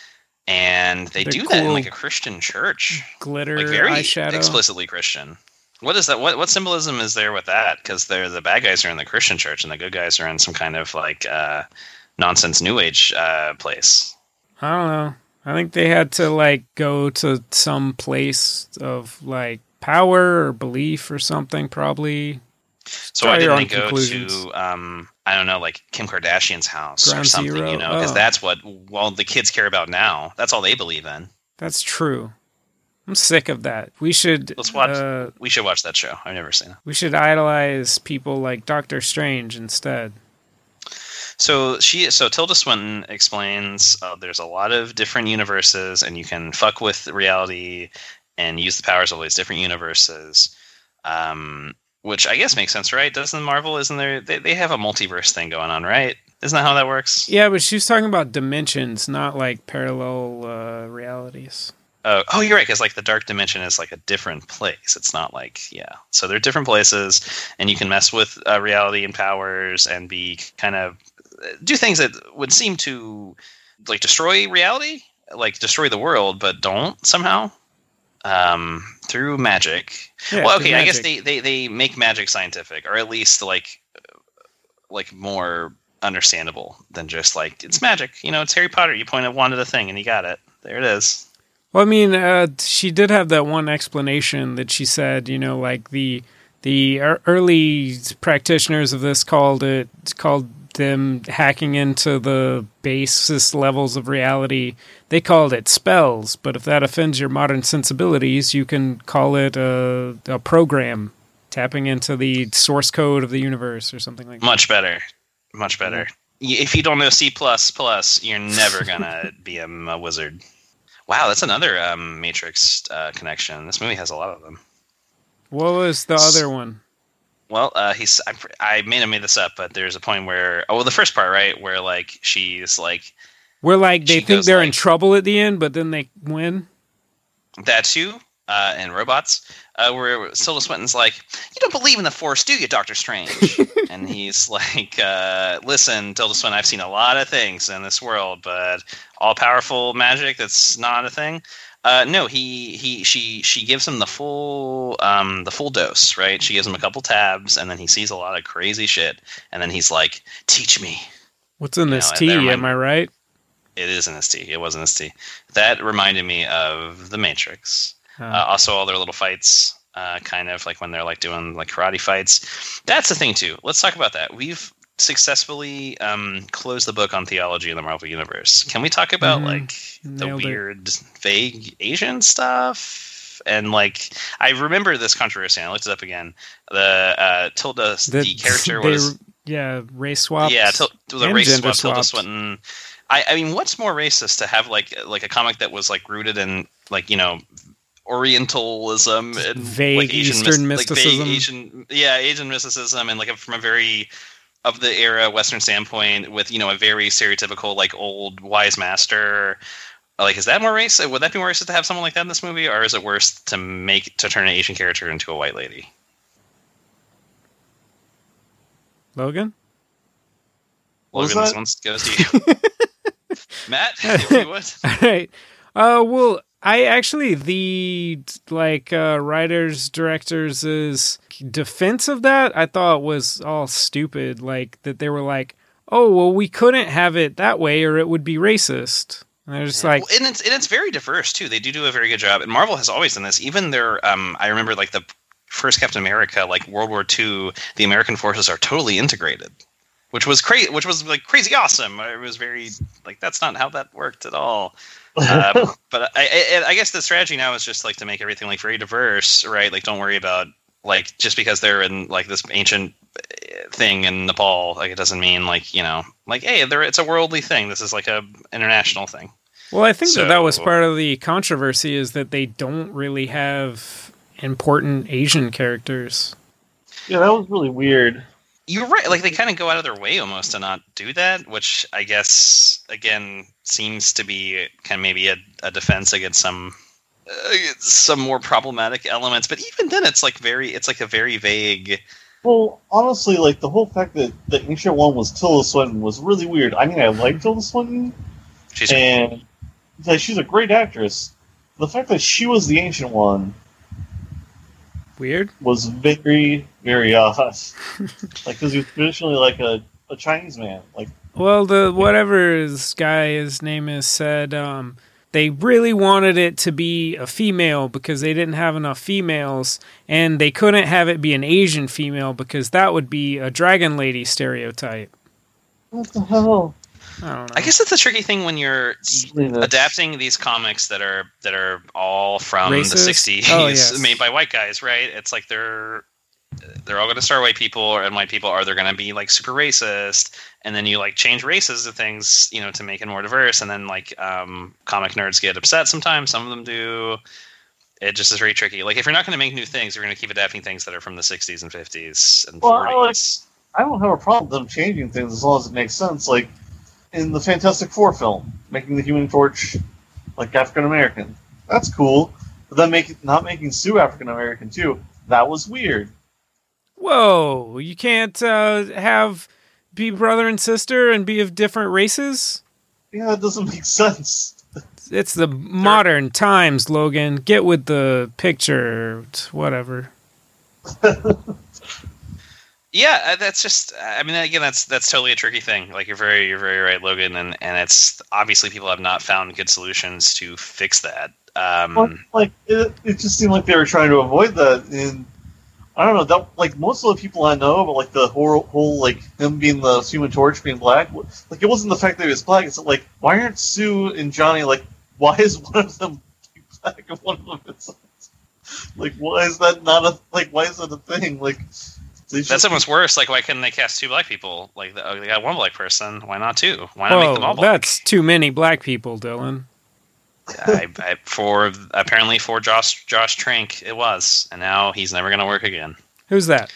S2: and they
S1: They're
S2: do that in
S1: cool.
S2: like a Christian church,
S1: Glitter
S2: like very
S1: eyeshadow.
S2: explicitly Christian. What is that? What what symbolism is there with that? Because they're the bad guys are in the Christian church, and the good guys are in some kind of like uh, nonsense New Age uh, place.
S1: I don't know. I think they had to like go to some place of like power or belief or something, probably.
S2: So why
S1: Draw your
S2: didn't they
S1: own
S2: go
S1: conclusions.
S2: to um, I don't know, like Kim Kardashian's house or
S1: Ground
S2: something?
S1: zero?
S2: You know, because
S1: Oh.
S2: that's what well the kids care about now. That's all they believe in.
S1: That's true. I'm sick of that. We should
S2: Let's watch-
S1: Uh,
S2: We should watch that show. I've never seen it.
S1: we should idolize people like Doctor Strange instead.
S2: So she, so Tilda Swinton explains uh, there's a lot of different universes, and you can fuck with reality and use the powers of all these different universes. Um, which I guess makes sense, right? Doesn't Marvel? Isn't there? They, they have a multiverse thing going on, right? Isn't that how that works?
S1: Yeah, but she was talking about dimensions, not like parallel uh, realities.
S2: Oh, oh, you're right. Because like the dark dimension is like a different place. It's not like yeah. So they're different places, and you can mess with uh, reality and powers, and be kind of uh, do things that would seem to like destroy reality, like destroy the world, but don't somehow um, through magic.
S1: Yeah,
S2: well,
S1: through
S2: okay, I guess
S1: magic.
S2: they, they they make magic scientific, or at least like uh, like more understandable than just like it's magic. You know, it's Harry Potter. You point at one at a thing, and you got it. There it is.
S1: Well, I mean, uh, she did have that one explanation that she said, you know, like the the ear- early practitioners of this called it called them hacking into the basis levels of reality. They called it spells, but if that offends your modern sensibilities, you can call it a, a program tapping into the source code of the universe or something like that.
S2: Much better. Much better. Y If you don't know C plus plus, you're never gonna be a, m- a wizard. Wow, that's another um, Matrix uh, connection. This movie has a lot of them.
S1: What was the other one?
S2: Well, uh, he's I, pr- I may have made this up, but there's a point where oh, well, the first part, right, where like she's like
S1: Where like they
S2: She
S1: think
S2: goes
S1: they're in
S2: like-
S1: trouble at the end, but then they win.
S2: that too. uh, and robots, uh, where Silva Swinton's like, "You don't believe in the Force, do you, Doctor Strange?" and he's like, uh, "Listen, Tilda Swinton, I've seen a lot of things in this world, but all-powerful magic—that's not a thing." Uh, no, he he she she gives him the full um, the full dose, right? She gives him a couple tabs, and then he sees a lot of crazy shit, and then he's like, "Teach me."
S1: What's in this
S2: No, that
S1: tea?
S2: remind-
S1: Am I right?
S2: It is an ST. It was an ST. That reminded me of The Matrix. Uh,
S1: Uh,
S2: also, all their little fights, uh, kind of like when they're like doing like karate fights. That's the thing too. Let's talk about that. We've successfully um, closed the book on theology in the Marvel universe. Can we talk about
S1: Mhm.
S2: like the
S1: Nailed it.
S2: weird, vague Asian stuff? And like, I remember this controversy. and I looked it up again. The uh, Tilda, the, character
S1: they-
S2: was
S1: yeah, race swap.
S2: yeah, til- the
S1: and
S2: race
S1: gender
S2: swap, Tilda
S1: swapped.
S2: Swinton. mm. I, I mean, what's more racist to have like like a comic that was like rooted in like you know Orientalism and
S1: vague
S2: like, Asian
S1: Eastern
S2: mys- Like,
S1: mysticism.
S2: vague Asian, yeah, Asian mysticism, and like from a very of the era Western standpoint, with you know a very stereotypical like old wise master. Like, is that more racist? Would that be more racist to have someone like that in this movie, or is it worse to make to turn an Asian character into a white lady?
S1: Logan?
S3: What was
S2: Logan, this
S3: that?
S2: one goes to you. Matt, if you would.
S1: All right. Uh, well, I actually the like uh, writers directors is defense of that I thought was all stupid. Like that they were like, oh well, we couldn't have it that way or it would be racist. And they're just like,
S2: Mm-hmm. Well, and it's and it's very diverse too. They do do a very good job, and Marvel has always done this. Even their, um, I remember like the first Captain America, like World War II, the American forces are totally integrated, which was crazy. Which was like crazy awesome. It was very like that's not how that worked at all. Uh, but I, I, I guess the strategy now is just like to make everything like very diverse, right? Like don't worry about like just because they're in like this ancient uh, thing in Nepal, like it doesn't mean like you know like hey, there it's a worldly thing. This is like a international thing.
S1: Well, I think that that was
S2: So-
S1: part of the controversy is that they don't really have important Asian characters.
S5: Yeah, that was really weird.
S2: you're right. Like they kind of go out of their way almost to not do that, which I guess again seems to be kind of maybe a, a defense against some uh, some more problematic elements. But even then, it's like very it's like a very vague.
S3: Well, honestly, like the whole fact that the ancient one was Tilda Swinton was really weird. I mean, I like Tilda Swinton,
S2: She's
S3: and like she's a great actress. The fact that she was the ancient one
S1: Weird.
S3: was very, very odd. like, because he was traditionally like a, a Chinese man. Like,
S1: Well, the whatever this guy his name is said um, they really wanted it to be a female because they didn't have enough females, and they couldn't have it be an Asian female because that would be a dragon lady stereotype.
S3: what the hell?
S1: I don't know.
S2: I guess that's a tricky thing when you're adapting these comics that are that are all from the
S1: Racist?
S2: 60s
S1: Oh, yes.
S2: made by white guys right it's like they're they're all going to start white people and white people are they're going to be like super racist and then you like change races of things you know to make it more diverse and then like um, comic nerds get upset sometimes some of them do it just is very tricky like if you're not going to make new things you're going to keep adapting things that are from the 60s and 50s and
S3: Well,
S2: 40s
S3: I don't have a problem with them changing things as long as it makes sense. Like in the Fantastic Four film, making the Human Torch like African American. That's cool. But then make not making Sue African American too. That was weird.
S1: Whoa! You can't uh, have be brother and sister and be of different races.
S3: Yeah, that doesn't make sense.
S1: It's the modern times, Logan. Get with the picture, whatever.
S2: yeah uh, that's just i mean again that's that's totally a tricky thing like you're very you're very right logan and and it's obviously people have not found good solutions to fix that um
S3: But, like it, it just seemed like they were trying to avoid that. And I don't know that like most of the people I know, but like the whole whole like him being the Human Torch being black, w- like it wasn't the fact that he was black. It's like why aren't Sue and Johnny like why is one of them black and one of them is like why is that not a like why is that a thing like they should-
S2: that's almost worse like why couldn't they cast two black people like oh, they got one black person why not two why not make them all black
S1: that's too many black people, Dylan.
S2: I, I, for apparently for josh josh trank it was and now he's never going to work again
S1: Who's that?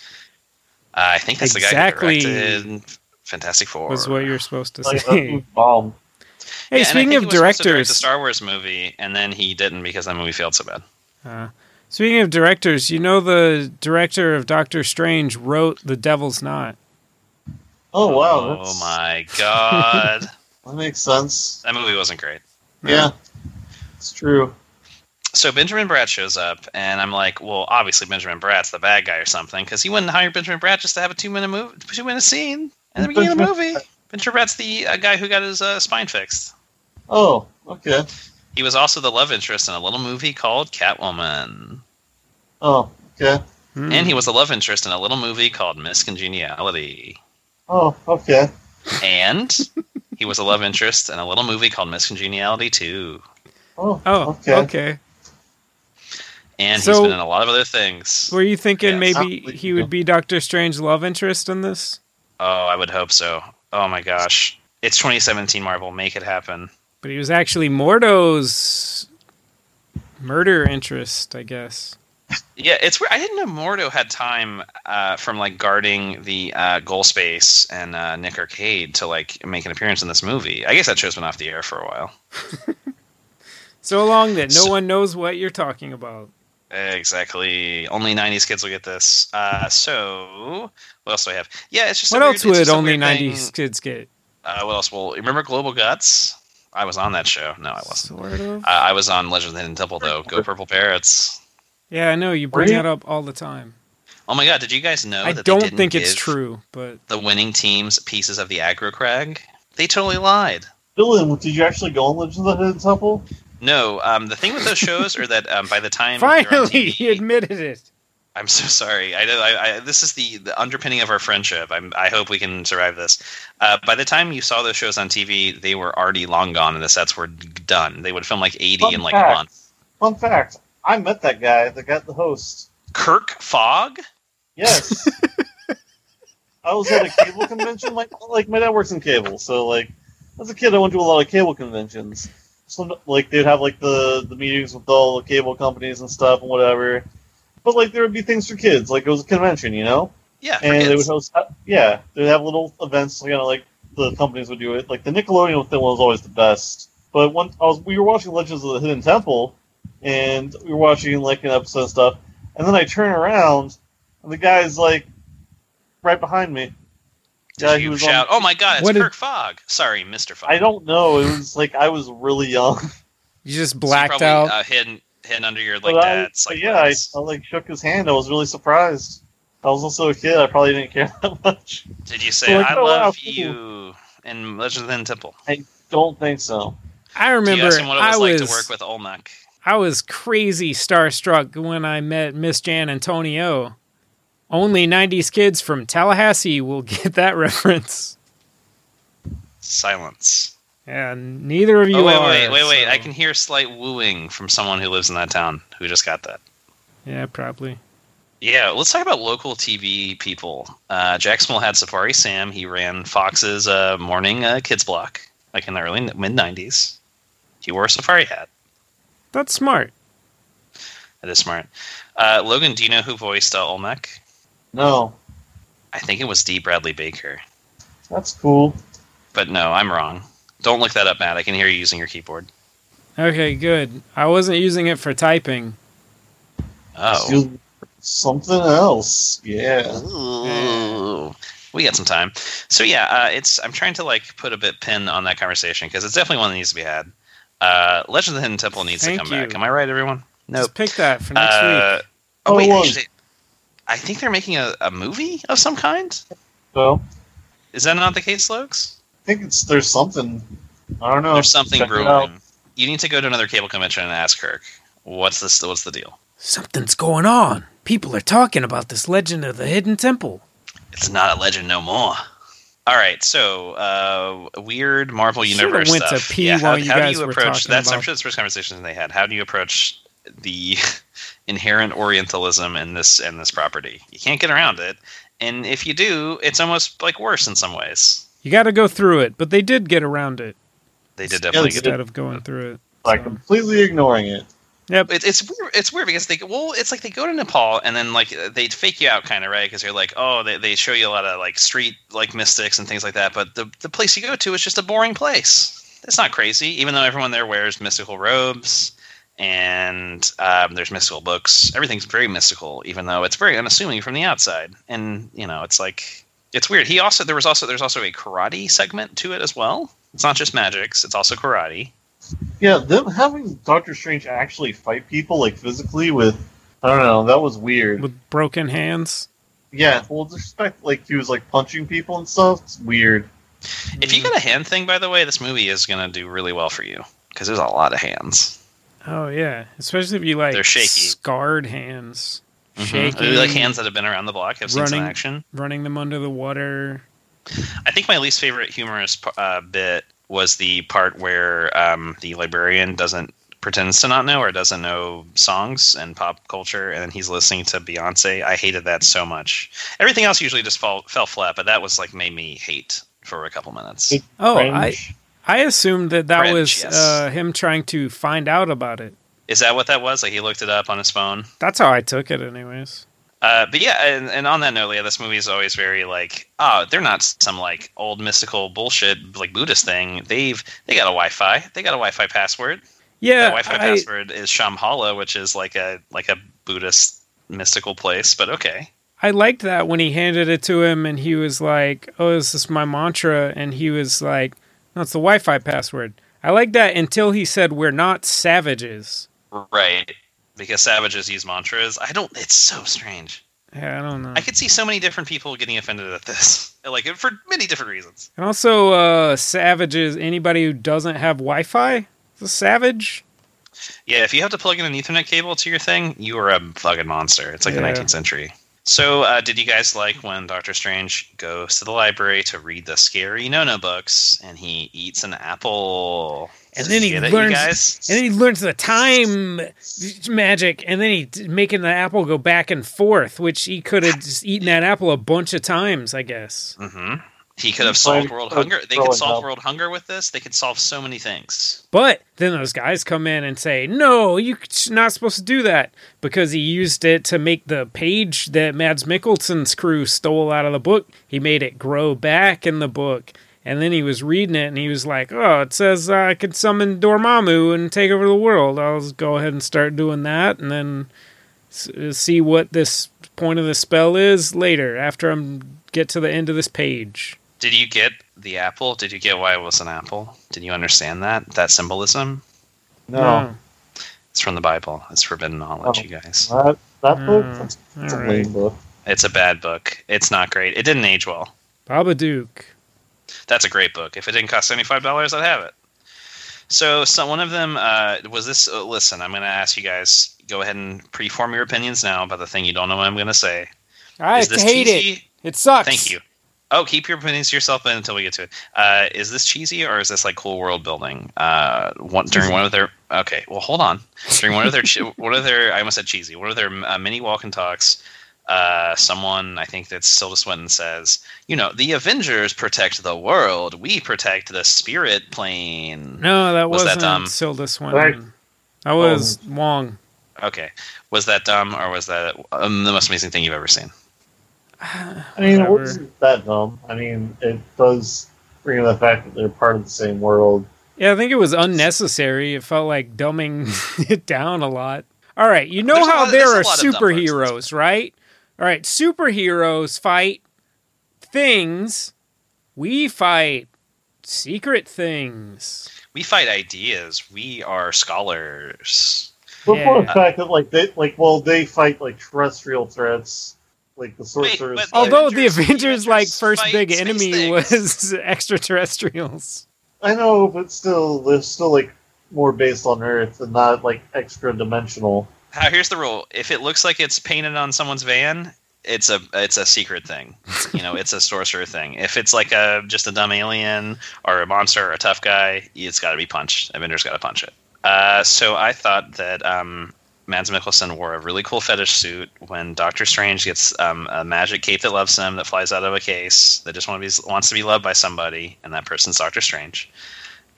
S2: uh, i think that's
S1: Exactly.
S2: the guy who directed fantastic four
S1: Was what you're supposed to
S3: like, uh,
S1: say.
S3: that's bomb.
S1: hey,
S2: Yeah, and I
S1: speaking of
S2: think he was supposed to direct
S1: directors,
S2: the Star Wars movie, and then he didn't because that movie failed so bad.
S1: Uh, speaking of directors, you know the director of Doctor Strange wrote The Devil's Knot.
S3: Oh wow,
S2: Oh
S3: that's,
S2: my god.
S3: that makes sense.
S2: that movie wasn't great.
S3: Yeah, it's true.
S2: So Benjamin Bratt shows up, and I'm like, well, obviously Benjamin Bratt's the bad guy or something, because he wouldn't hire Benjamin Bratt just to have a two minute move, two minute scene at the beginning of the movie. Benjamin Bratt's the uh, guy who got his uh, spine fixed.
S3: Oh, okay.
S2: He was also the love interest in a little movie called Catwoman,
S3: Oh, okay.
S1: Hmm.
S2: and he was the love interest in a little movie called Miss Congeniality,
S3: Oh, okay.
S2: and he was a love interest in a little movie called Miss Congeniality too.
S3: Oh,
S1: oh,
S3: okay.
S1: okay.
S2: And he's
S1: So-
S2: been in a lot of other things.
S1: Were you thinking
S2: Yes.
S1: maybe he would be Doctor Strange love interest in this?
S2: Oh, I would hope so. Oh my gosh. It's 2017 Marvel. Make it happen.
S1: But he was actually Mordo's murder interest, I guess.
S2: Yeah, it's weird. I didn't know Mordo had time uh, from like guarding the uh, goal space and uh, Nick Arcade to like make an appearance in this movie. I guess that show's been off the air for a while.
S1: So long that no
S2: So-
S1: one knows what you're talking about.
S2: Exactly. Only 90s kids will get this. Uh, so, what else do I have? Yeah, it's just a
S1: What
S2: weird-
S1: else
S2: it's
S1: would
S2: just a
S1: only
S2: weird thing.
S1: 90s kids get?
S2: Uh, what else? Well, remember Global Guts? I was on that show. No, I wasn't.
S1: Sort of.
S2: I, I was on Legend of the Hidden Temple though. Go Purple Parrots.
S1: Yeah, I know you
S4: Were
S1: bring
S4: you?
S1: that up all the time.
S2: Oh my god, did you guys know
S1: I
S2: that they
S1: don't
S2: didn't
S1: think it's
S2: give
S1: true, but
S2: The winning team's pieces of the aggro crag? They totally lied.
S3: Dylan, did you actually go on Legend of the Hidden Temple?
S2: No, um, the thing with those shows are that um, by the time they're on
S1: finally he
S2: TV
S1: admitted it.
S2: I'm so sorry. I, know- I, I this is the, the underpinning of our friendship. I'm, I hope we can survive this. Uh, by the time you saw those shows on TV, they were already long gone, and the sets were d- done. They would film like 80 in like a
S3: Fun
S2: month.
S3: Fun fact: I met that guy that got the host.
S2: Kirk Fogg?
S3: Yes. I was at a cable convention. Like, like my dad works in cable, so like, as a kid, I went to a lot of cable conventions. So like, they'd have like the the meetings with all the cable companies and stuff and whatever. But like, there would be things for kids. Like, it was a convention, you know.
S2: Yeah. for
S3: And they would
S2: kids.
S3: host, yeah, they'd have little events, you know, like the companies would do it. Like the Nickelodeon thing was always the best. But one, I was, we were watching Legends of the Hidden Temple, and we were watching like an episode and stuff. And then I turn around, and the guy's like right behind me.
S2: Did you shout, oh my god, it's
S1: What did-
S2: Kirk Fogg. Sorry, Mr. Fogg.
S3: I don't know. It was like I was really young.
S1: You just
S2: So you
S1: blacked
S2: probably,
S1: out.
S2: Uh, hidden, hidden under your like
S3: But I,
S2: dad's.
S3: but
S2: Like,
S3: yeah, I,
S2: legs.
S3: I like shook his hand. I was really surprised. I was also a kid. I probably didn't care that much.
S2: Did you say
S3: like,
S2: I
S3: oh, wow,
S2: love
S3: cool."
S2: you in Legend of the Hidden Temple?
S3: Don't think so.
S1: I
S2: Do
S1: remember
S2: you ask him what it was
S1: I
S2: like
S1: was
S2: to work with Olmec?
S1: I was crazy starstruck when I met Miss Jan Antonio. Only 90s kids from Tallahassee will get that reference.
S2: Silence.
S1: And neither of you
S2: oh wait,
S1: are.
S2: wait, wait, wait!
S1: so-
S2: I can hear slight wooing from someone who lives in that town who just got that.
S1: Yeah, probably.
S2: Yeah, let's talk about local TV people. Uh, Jack Small had Safari Sam. He ran Fox's uh, morning uh, kids block, like in the early mid '90s. He wore a safari hat.
S1: That's smart.
S2: That is smart. Uh, Logan, do you know who voiced uh, Olmec?
S3: No,
S2: I think it was D. Bradley Baker,
S3: that's cool.
S2: but no, I'm wrong. Don't look that up, Matt. I can hear you using your keyboard.
S1: Okay, good. I wasn't using it for typing.
S2: Oh.
S3: Excuse me. Something else. Yeah.
S2: Ooh. We got some time. So yeah, uh, it's I'm trying to like put a bit pin on that conversation because it's definitely one that needs to be had. Uh, Legend of the Hidden Temple needs
S1: Thank
S2: to come
S1: you.
S2: back. Am I right, everyone? No.
S1: Just pick that for next
S2: uh,
S1: week.
S2: Oh wait,
S3: Oh, look.
S2: actually, I think they're making a, a movie of some kind.
S3: So
S2: Is that not the case, Lokes?
S3: I think it's there's something. I don't know.
S2: There's something
S3: Oh, check it out.
S2: brewing. You need to go to another cable convention and ask Kirk what's this. What's the deal?
S1: Something's going on. People are talking about this legend of the hidden temple.
S2: It's not a legend no more. All right, so uh, weird Marvel
S1: Should've
S2: universe
S1: went to
S2: stuff.
S1: pee
S2: yeah,
S1: while
S2: how,
S1: you
S2: how
S1: guys
S2: do you
S1: were
S2: approach?
S1: talking
S2: That's I'm
S1: about-
S2: sure it's the first conversation they had. How do you approach the inherent Orientalism in this and this property? You can't get around it, and if you do, it's almost like worse in some ways.
S1: You got to go through it, but they did get around it
S2: They did
S3: Yeah,
S2: definitely
S3: they
S2: get.
S1: instead of going through it.
S3: Like completely ignoring it.
S1: Yep.
S2: It, it's weird, it's weird because they well, it's like they go to Nepal and then like they fake you out kind of right because they're like, oh, they, they show you a lot of like street like mystics and things like that, but the the place you go to is just a boring place. It's not crazy, even though everyone there wears mystical robes and um, there's mystical books. Everything's very mystical, even though it's very unassuming from the outside. And you know, it's like it's weird. He also there was also there's also a karate segment to it as well. It's not just magics; it's also karate.
S3: Yeah, them having Doctor Strange actually fight people like physically with I don't know that was weird.
S1: with broken hands.
S3: Yeah, well, respect like he was like punching people and stuff. It's weird.
S2: If
S1: Mm-hmm.
S2: you got a hand thing, by the way, this movie is gonna do really well for you because there's a lot of hands.
S1: Oh yeah, especially if you like
S2: They're shaky.
S1: scarred hands,
S2: Mhm.
S1: shaking,
S2: like hands that have been around the block, have seen some
S1: Running.
S2: action.
S1: running them under the water.
S2: I think my least favorite humorous uh, bit was the part where um, the librarian doesn't pretends to not know or doesn't know songs and pop culture, and then he's listening to Beyonce. I hated that so much. Everything else usually just fall, fell flat, but that was like made me hate for a couple minutes.
S3: It-
S1: Oh, I
S3: Fringe.
S1: I assumed that that
S2: Fringe,
S1: was
S2: yes.
S1: uh, him trying to find out about it.
S2: Is that what that was? Like he looked it up on his phone.
S1: That's how I took it, anyways.
S2: Uh, but yeah, and, and on that note, yeah, this movie is always very like, oh, they're not some like old mystical bullshit like Buddhist thing. They've they got a Wi-Fi, they got a Wi-Fi password. The
S1: Yeah,
S2: Wi-Fi
S1: I-
S2: password is Shambhala, which is like a like a Buddhist mystical place. But okay,
S1: I liked that when he handed it to him and he was like, Oh, is this my mantra? And he was like, No, it's the Wi Fi password. I like that until he said, We're not savages.
S2: right? Because savages use mantras. I don't. It's so strange.
S1: Yeah, I don't know.
S2: I could see so many different people getting offended at this, like for many different reasons.
S1: And also, uh, savages, anybody who doesn't have Wi Fi is a savage.
S2: Yeah, if you have to plug in an Ethernet cable to your thing, you are a fucking monster. It's like
S1: Yeah.
S2: the 19th century. So, uh, did you guys like when Doctor Strange goes to the library to read the scary no-no books and he eats an apple?
S1: And then he
S2: Get it,
S1: learns-
S2: you guys?
S1: And then he learns the time magic, and then he's making the apple go back and forth, which he could have just eaten that apple a bunch of times, I guess.
S2: hmm He could have
S3: He's
S2: solved
S3: like,
S2: world
S3: uh,
S2: hunger. They could
S3: growing
S2: solve
S3: up.
S2: world hunger with this. They could solve so many things.
S1: But then those guys come in and say, "No, you're not supposed to do that because he used it to make the page that Mads Mikkelsen's crew stole out of the book. He made it grow back in the book." And then he was reading it and he was like, "Oh, it says uh, I could summon Dormammu and take over the world. I'll just go ahead and start doing that and then s- see what this point of the spell is later after I'm get to the end of this page."
S2: Did you get the apple? Did you get why it was an apple? Did you understand that that symbolism?
S1: Oh,
S3: No,
S2: It's from the Bible. It's forbidden knowledge,
S3: Oh.
S2: you guys.
S3: that that book.
S1: Mm,
S3: That's,
S1: Hmm. all
S3: that's a
S1: right.
S3: lame book.
S2: It's a bad book. It's not great. It didn't age well.
S1: Babadook.
S2: That's a great book. If it didn't cost seventy five dollars, I'd have it. So, so one of them uh, was this. Uh, listen, I'm going to ask you guys. Go ahead and pre-form your opinions now about the thing you don't know what I'm going to say.
S1: I
S2: Is this
S1: hate
S2: cheesy?
S1: it. It sucks.
S2: Thank you. Oh, keep your opinions to yourself then until we get to it. Uh, is this cheesy or is this like cool world building? Uh, one, during one of their okay, well hold on. During one of their chi- one of their I almost said cheesy. One of their uh, mini walk and talks, uh, someone I think that's Silda Swinton says, you know, the Avengers protect the world. We protect the spirit plane.
S1: No, that
S2: Was that,
S1: wasn't
S2: um,
S1: Silda Swinton. That was
S3: oh.
S1: Wong.
S2: Okay, was that dumb or was that um, the most amazing thing you've ever seen?
S3: I mean,
S1: Whatever.
S3: it wasn't that dumb. I mean, it does bring up the fact that they're part of the same world.
S1: Yeah, I think it was unnecessary. It felt like dumbing it down a lot. All right, you know
S2: There's a
S1: how
S2: lot of-
S1: there
S2: there's a
S1: are
S2: lot of dumb parts in this
S1: superheroes, right? All right, superheroes fight things. We fight secret things.
S2: We fight ideas. We are scholars.
S3: But for
S1: Yeah.
S3: the fact that like they like well they fight like terrestrial threats, like the sorcerers.
S2: but-
S3: like-
S1: Although the
S2: Avengers- the
S1: Avengers' like
S2: Avengers
S1: first
S2: fight
S1: big
S2: space
S1: enemy
S2: things.
S1: was extraterrestrials.
S3: I know, but still, they're still like more based on Earth and not like extra dimensional.
S2: How, here's the rule: if it looks like it's painted on someone's van, it's a it's a secret thing. You know, it's a sorcerer thing. If it's like a just a dumb alien or a monster or a tough guy, it's got to be punched. Avenger's got to punch it. Uh, so I thought that um, Mads Mikkelsen wore a really cool fetish suit when Doctor Strange gets um, a magic cape that loves him, that flies out of a case, that just want to be, wants to be loved by somebody, and that person's Doctor Strange.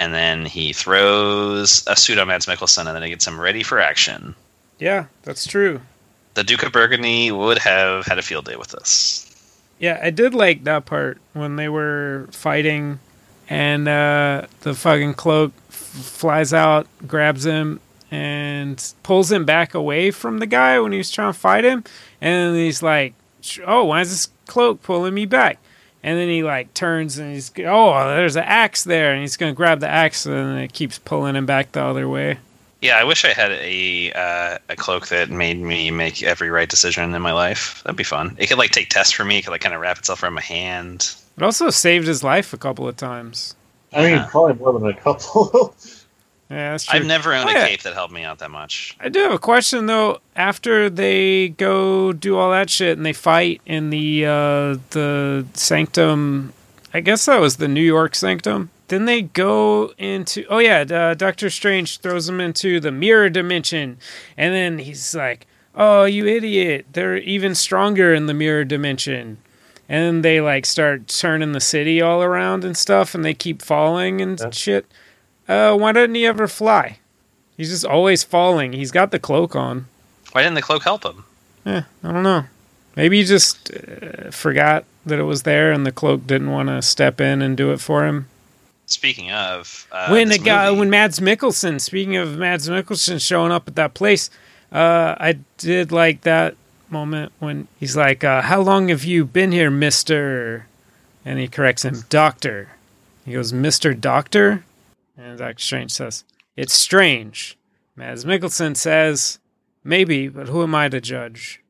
S2: And then he throws a suit on Mads Mikkelsen, and then it gets him ready for action
S1: Yeah, that's true.
S2: the Duke of Burgundy would have had a field day with this.
S1: Yeah, I did like that part when they were fighting and uh, the fucking cloak f- flies out, grabs him, and pulls him back away from the guy when he was trying to fight him. And then he's like, "Oh, why is this cloak pulling me back?" And then he like turns and he's oh, there's an axe there, and he's gonna grab the axe, and it keeps pulling him back the other way.
S2: Yeah, I wish I had a uh, a cloak that made me make every right decision in my life. That'd be fun. It could like take tests for me. It could like kind of wrap itself around my hand.
S1: It also saved his life a couple of times.
S3: I mean, probably more than a couple.
S1: Yeah, that's true.
S2: I've never owned
S1: Oh, yeah.
S2: a cape that helped me out that much.
S1: I do have a question though. After they go do all that shit and they fight in the uh, the sanctum, I guess that was the New York sanctum. Then they go into oh yeah, uh, Doctor Strange throws them into the mirror dimension, and then he's like, "Oh, you idiot! They're even stronger in the mirror dimension." And then they like start turning the city all around and stuff, and they keep falling and shit. Uh, why didn't he ever fly? He's just always falling. He's got the cloak on.
S2: Why didn't the cloak help him?
S1: Eh, I don't know. Maybe he just uh, forgot that it was there, and the cloak didn't want to step in and do it for him.
S2: Speaking of, uh,
S1: when
S2: this
S1: the guy,
S2: movie-
S1: when Mads Mikkelsen, speaking of Mads Mikkelsen showing up at that place, uh, I did like that moment when he's like, uh, "How long have you been here, Mister?" And he corrects him, "Doctor." He goes, "Mister Doctor," and Doctor Strange says, "It's strange." Mads Mikkelsen says, "Maybe, but who am I to judge?"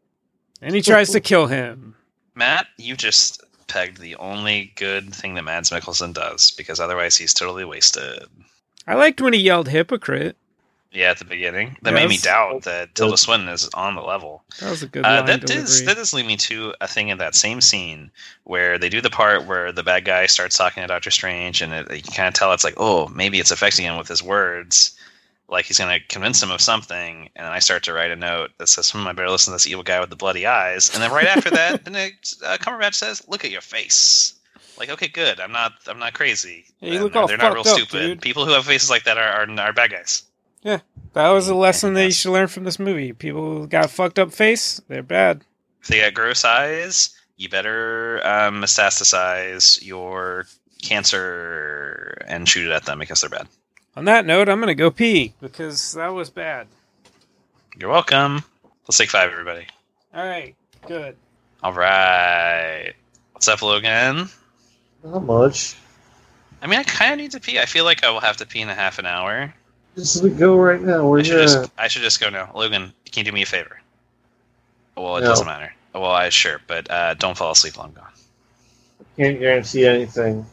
S1: And he tries to kill him.
S2: Matt, you just pegged the only good thing that Mads Mikkelsen does because otherwise he's totally wasted.
S1: I liked when he yelled "hypocrite."
S2: Yeah, at the beginning, that made me
S1: Yes.
S2: doubt that Tilda Swinton is on the level.
S1: That was a good
S2: Uh,
S1: line
S2: that
S1: delivery.
S2: does that does lead me to a thing in that same scene where they do the part where the bad guy starts talking to Doctor Strange, and it, you can kind of tell it's like, oh, maybe it's affecting him with his words, like he's gonna convince him of something. And I start to write a note that says, "Hmm, I better listen to this evil guy with the bloody eyes." And then right after that, and it, uh, Cumberbatch says, "Look at your face." Like, okay, good. I'm not I'm not crazy.
S1: Yeah, you
S2: And
S1: look all
S2: they're not
S1: fucked
S2: real
S1: up,
S2: stupid.
S1: dude.
S2: People who have faces like that are are, are bad guys.
S1: That was a lesson that you
S2: Yes.
S1: should learn from this movie. People who got a fucked up face, they're bad.
S2: if they got gross eyes, you better um, metastasize your cancer and shoot it at them because they're bad.
S1: On that note, I'm gonna go pee because that was bad.
S2: You're welcome. Let's take five, everybody.
S1: All right, good.
S2: All right. What's up, Logan?
S3: Not much.
S2: I mean, I kind of need to pee. I feel like I will have to pee in a half an hour.
S3: Just let it go right now. Where
S2: I
S3: you
S2: should
S3: at?
S2: just, I should just go now. Logan, can you do me a favor? Well, it
S3: No.
S2: doesn't matter. Well, I sure, but uh, don't fall asleep while I'm gone.
S3: Can't guarantee anything.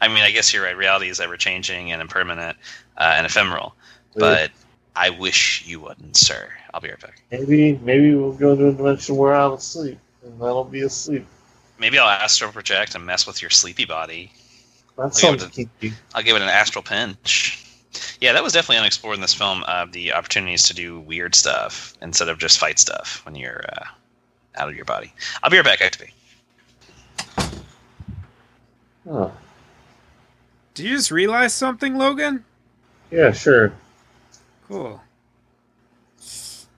S2: I mean, I guess you're right. Reality is ever changing and impermanent uh, and ephemeral. but I wish you wouldn't, sir. I'll be right back.
S3: Maybe maybe we'll go to a dimension where I'm asleep, and that'll be asleep.
S2: Maybe I'll astral project and mess with your sleepy body.
S3: That's
S2: We'll go
S3: something kinky.
S2: I'll give it an astral pinch. Yeah, that was definitely unexplored in this film. Uh, the opportunities to do weird stuff instead of just fight stuff when you're uh, out of your body. I'll be right back, Activate.
S3: Huh.
S1: Do you just realize something, Logan?
S3: Yeah, sure.
S1: Cool.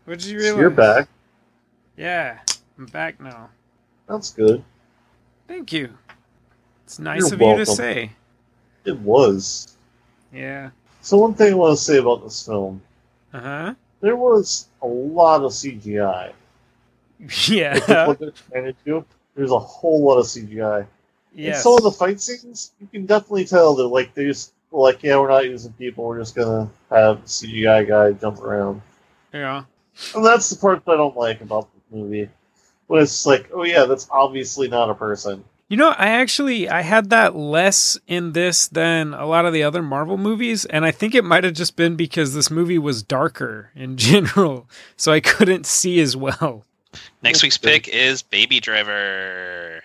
S1: What did you
S3: So
S1: realize?
S3: you're back.
S1: Yeah, I'm back now.
S3: That's good.
S1: Thank you. It's nice
S3: You're
S1: of you to
S3: welcome.
S1: say.
S3: It was.
S1: Yeah.
S3: So one thing I want to say about this film,
S1: Uh huh.
S3: there was a lot of CGI. If you
S1: Yeah.
S3: look at it and it do, there's a whole lot of CGI. And
S1: yes.
S3: some of the fight scenes, you can definitely tell that like they just were like, yeah, we're not using people, we're just gonna have CGI guy jump around.
S1: yeah.
S3: And that's the part that I don't like about this movie. When it's like, oh yeah, that's obviously not a person.
S1: You know, I actually I had that less in this than a lot of the other Marvel movies, and I think it might have just been because this movie was darker in general, so I couldn't see as well.
S2: Next
S3: That's
S2: week's
S3: good.
S2: pick is Baby Driver.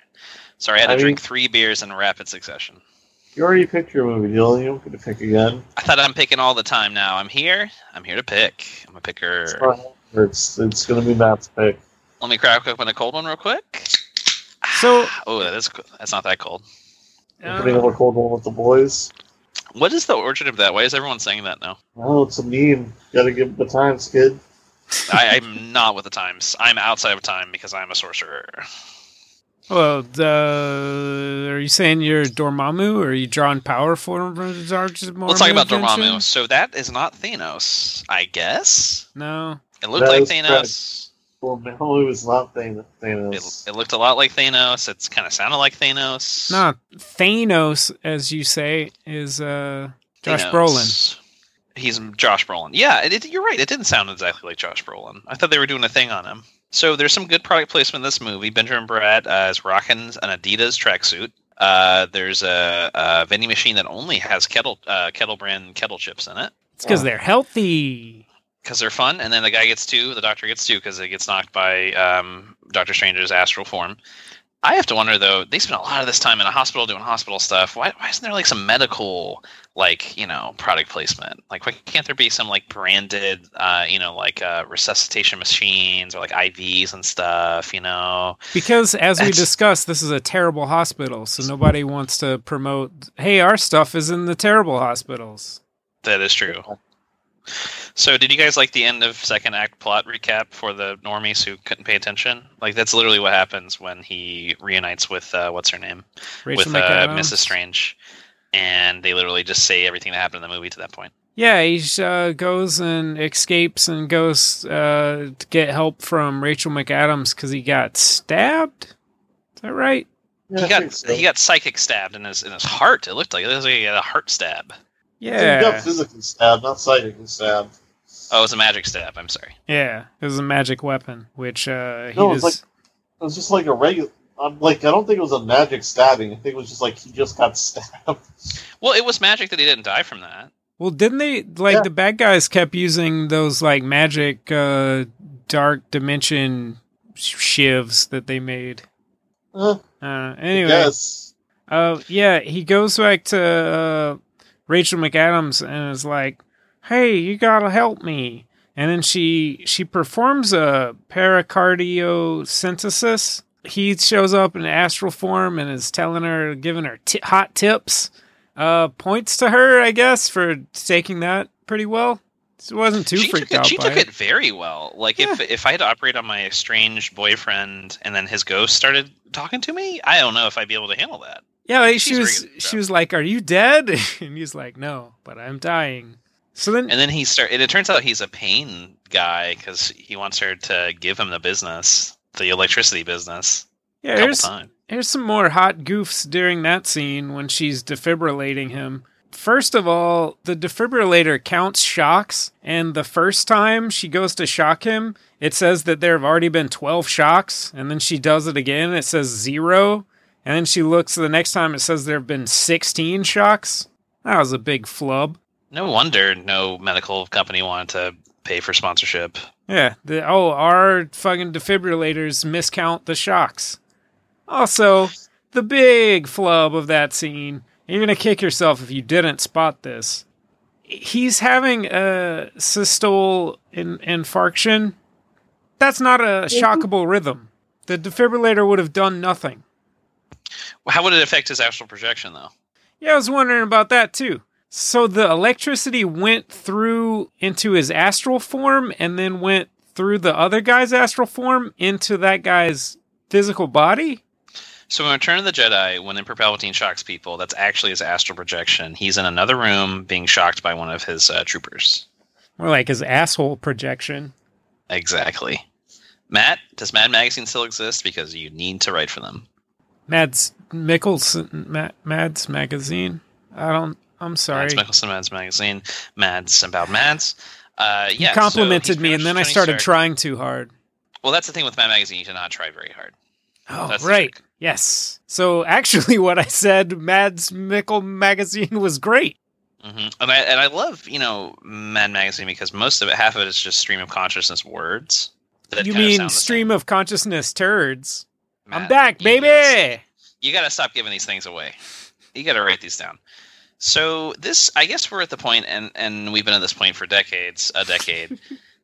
S2: Sorry, I had to
S3: I mean-
S2: drink three beers in rapid succession.
S3: You already picked your movie, Dylan. You don't get to pick again.
S2: I thought I'm picking all the time now. I'm here. I'm here to pick. I'm a picker.
S3: It's, not- it's, it's gonna be Matt's pick.
S2: Let me crack open a cold one real quick.
S1: So
S2: Oh, that is co- that's not that cold.
S3: I'm putting up
S1: uh,
S3: a cold one with the boys.
S2: What is the origin of that? Why is everyone saying that now?
S3: Oh, it's a meme. Gotta give it the times, kid.
S2: I, I'm not with the times. I'm outside of time because I'm a sorcerer.
S1: Well, uh, are you saying you're Dormammu? Or are you drawing power from Dormammu?
S2: Let's talk about
S1: invention?
S2: Dormammu. So that is not Thanos, I guess.
S1: No.
S2: It looked
S4: That
S2: like
S4: is correct.
S2: Thanos.
S4: Well, Melu is not Than-
S2: It,
S4: Thanos.
S2: it looked a lot like Thanos. It's kind of sounded like Thanos.
S1: No, Thanos, as you say, is uh, Josh
S2: Thanos.
S1: Brolin.
S2: He's Josh Brolin. Yeah, it, it- you're right. It didn't sound exactly like Josh Brolin. I thought they were doing a thing on him. So there's some good product placement in this movie. Benjamin Bratt uh, is rocking an Adidas tracksuit. Uh, there's a, a vending machine that only has kettle uh, kettle brand kettle chips in it
S1: It's because they're healthy.
S2: because they're fun, and then the guy gets two, the doctor gets two because it gets knocked by um, Doctor Strange's astral form. I have to wonder though. They spent a lot of this time in a hospital doing hospital stuff. Why, why isn't there like some medical, like you know, product placement? Like why can't there be some like branded, uh, you know, like uh, resuscitation machines or like IVs and stuff? You know,
S1: Because, as we
S2: That's-
S1: discussed, this is a terrible hospital, so nobody wants to promote. Hey, our stuff is in the terrible hospitals.
S2: that is true. So, did you guys like the end of second act plot recap for the normies who couldn't pay attention? Like that's literally what happens when he reunites with uh, what's her name.
S1: Rachel
S2: with uh,
S1: McAdams.
S2: Mrs. Strange, and they literally just say everything that happened in the movie to that point.
S1: Yeah, he uh, goes and escapes and goes uh, to get help from Rachel McAdams because he got stabbed. Is that right?
S4: Yeah,
S2: he
S4: I
S2: got
S4: think so.
S2: he got psychic stabbed in his in his heart. It looked like it was like he had a heart stab.
S4: He got
S1: Yeah,
S4: physically stabbed, not psychically stabbed.
S2: Oh, it was a magic stab. I'm sorry.
S1: yeah. It was a magic weapon, which uh, he
S4: No,
S1: was.
S4: it's It was just like a regular. I'm like, I don't think it was a magic stabbing. I think it was just like he just got stabbed.
S2: Well, it was magic that he didn't die from that.
S1: Well, didn't they like
S4: Yeah.
S1: the bad guys kept using those like magic uh dark dimension sh- shivs that they made.
S4: Eh,
S1: Uh
S4: I
S1: anyway,
S4: guess.
S1: uh yeah, he goes back to uh, Rachel McAdams and is like, "Hey, you got to help me." And then she she performs a pericardiocentesis. He shows up in astral form and is telling her, giving her ti hot tips. Uh, points to her, I guess, for taking that pretty well. She wasn't too
S2: she
S1: freaked
S2: took it,
S1: out
S2: she
S1: by
S2: took it. very well. Like if if I had to operate on my estranged boyfriend and then his ghost started talking to me, I don't know if I'd be able to handle that.
S1: Yeah, like
S2: She's
S1: she was
S2: rigging it,
S1: she
S2: bro.
S1: was like, "Are you dead?" and he's like, "No, but I'm dying." So then,
S2: And then he start. And it turns out he's a pain guy because he wants her to give him the business, the electricity business.
S1: yeah,
S2: couple
S1: here's
S2: times.
S1: Here's some more hot goofs during that scene when she's defibrillating him. First of all, the defibrillator counts shocks, and the first time she goes to shock him, it says that there have already been 12 shocks, and then she does it again, and it says zero, and then she looks the next time, it says there have been 16 shocks. That was a big flub.
S2: No wonder no medical company wanted to pay for sponsorship.
S1: Yeah, the, oh, our fucking defibrillators miscount the shocks. Also, the big flub of that scene, you're going to kick yourself if you didn't spot this. He's having a systole in, infarction. That's not a shockable rhythm. The defibrillator would have done nothing.
S2: How would it affect his astral projection, though?
S1: Yeah, I was wondering about that too. So the electricity went through into his astral form and then went through the other guy's astral form into that guy's physical body?
S2: So in Return of the Jedi, when Emperor Palpatine shocks people, that's actually his astral projection. He's in another room being shocked by one of his uh, troopers.
S1: More like his asshole projection.
S2: Exactly. Matt, does Mad Magazine still exist? Because you need to write for them.
S1: Mads Mickelson Ma- Mads magazine. I don't I'm sorry.
S2: Mads Mickelson, Mads Magazine, Mads about Mads. Uh, yeah,
S1: you
S2: so
S1: complimented
S2: he's
S1: me and then I
S2: Tony
S1: started
S2: Stark.
S1: trying too hard.
S2: Well, that's the thing with Mad Magazine. You should not try very hard.
S1: Oh,
S2: That's the
S1: right.
S2: trick.
S1: Yes. So actually what I said Mads Mickel magazine was great.
S2: hmm And I and I love you know Mad Magazine because most of it, half of it is just stream of consciousness words. that
S1: you
S2: kinda
S1: mean
S2: sound the
S1: stream
S2: same.
S1: of consciousness turds? I'm
S2: Matt,
S1: back,
S2: you
S1: baby.
S2: gotta- You got to stop giving these things away. You got to write these down. So this, I guess, we're at the point, and and we've been at this point for decades, a decade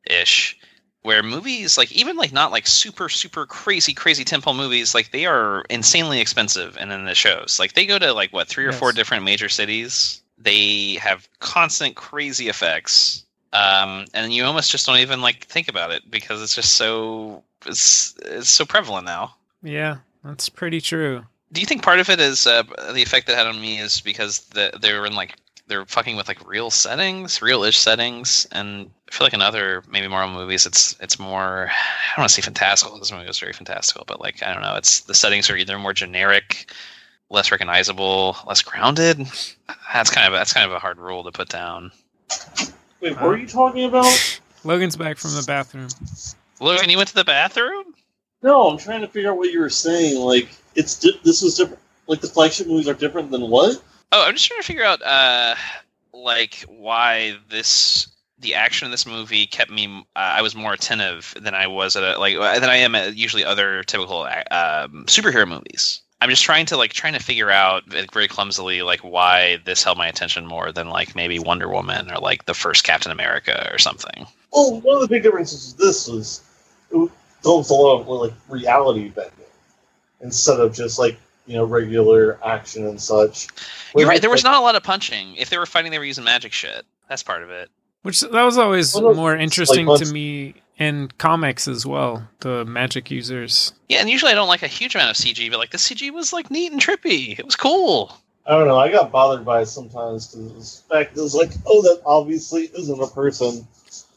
S2: ish, where movies like even like not like super super crazy crazy temple movies like they are insanely expensive, and then the shows like they go to like what three or
S1: Yes.
S2: four different major cities. They have constant crazy effects um, and you almost just don't even like think about it because it's just so it's, it's so prevalent now.
S1: Yeah, That's pretty true.
S2: Do you think part of it is uh, the effect that had on me is because the, they were in like they're fucking with like real settings, real-ish settings, and I feel like in other maybe Marvel movies, it's it's more I don't want to say fantastical. This movie was very fantastical, but like I don't know, it's the settings are either more generic, less recognizable, less grounded. That's kind of that's kind of a hard rule to put down.
S4: Wait, what are you talking about?
S1: Logan's back from the bathroom.
S2: Logan, you went to the bathroom.
S4: No, I'm trying to figure out what you were saying. Like, it's di- this was different. Like the flagship movies are different than what?
S2: Oh, I'm just trying to figure out uh like why this the action in this movie kept me uh, I was more attentive than I was at a, like uh, than I am at usually other typical um, superhero movies. I'm just trying to like trying to figure out like, very clumsily like why this held my attention more than like maybe Wonder Woman or like the first Captain America or something.
S4: Well, one of the big differences with this was it was a lot of like reality bending instead of just like you know regular action and such.
S2: You're right. There was not a lot of punching. If they were fighting, they were using magic shit. That's part of it.
S1: Which that was always
S4: Well, no,
S1: more interesting
S4: like,
S1: to
S4: let's-
S1: me in comics as well. The magic users.
S2: Yeah, and usually I don't like a huge amount of CG, but like this CG was like neat and trippy. It was cool.
S4: I don't know. I got bothered by it sometimes because the fact it was like, oh, that obviously isn't a person.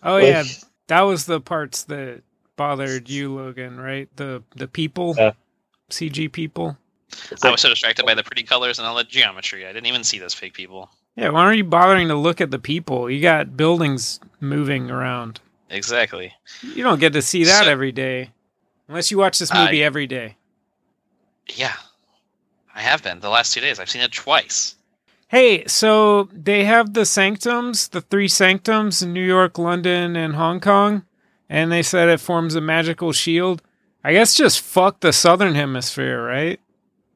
S1: Oh
S4: Like-
S1: yeah, that was the parts that bothered you, Logan. Right? The the people,
S4: Yeah.
S1: CG people.
S4: It's
S2: I
S4: like,
S2: was so distracted by the pretty colors and all the geometry. I didn't even see those fake people.
S1: Yeah. Why are you bothering to look at the people? You got buildings moving around.
S2: Exactly.
S1: You don't get to see that
S2: So-
S1: every day, unless you watch this
S2: Uh,
S1: movie every day.
S2: Yeah. I have been. The last two days. I've seen it twice.
S1: Hey, so they have the sanctums, the three sanctums in New York, London, and Hong Kong, and they said it forms a magical shield. I guess just fuck the southern hemisphere, right?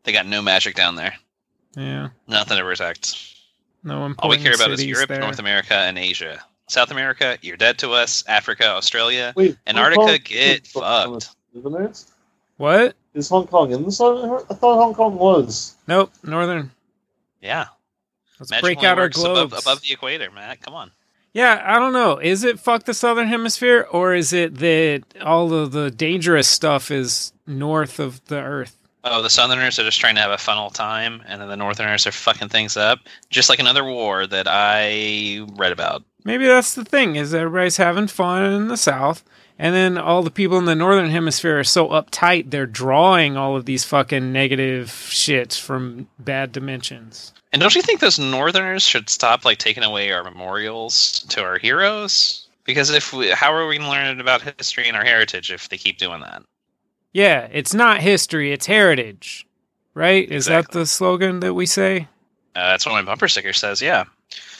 S2: They got no magic down there.
S1: Yeah.
S2: Nothing to protect.
S1: No important
S2: All we care about is
S1: cities
S2: Europe,
S1: there.
S2: North America, and Asia. South America, you're dead to us. Africa, Australia,
S4: wait, Hong
S2: Antarctica,
S4: Kong-
S2: get fucked.
S4: Isn't it?
S1: What?
S4: Is Hong Kong in the Southern? I thought Hong Kong was.
S1: Nope, northern.
S2: Yeah.
S1: Let's
S2: Magic
S1: break
S2: only
S1: out our
S2: works
S1: globes.
S2: above, above the equator, Matt. Come on.
S1: Yeah, I don't know. Is it fuck the southern hemisphere, or is it that all of the dangerous stuff is north of the Earth?
S2: Oh, the Southerners are just trying to have a fun old time, and then the Northerners are fucking things up, just like another war that I read about.
S1: Maybe that's the thing is everybody's having fun in the south and then all the people in the northern hemisphere are so uptight they're drawing all of these fucking negative shits from bad dimensions.
S2: And don't you think those Northerners should stop like taking away our memorials to our heroes? Because if we, how are we going to learn about history and our heritage if they keep doing that?
S1: Yeah, it's not history, it's heritage. Right? Is that
S2: Exactly.
S1: the slogan that we say?
S2: Uh, that's what my bumper sticker says. Yeah.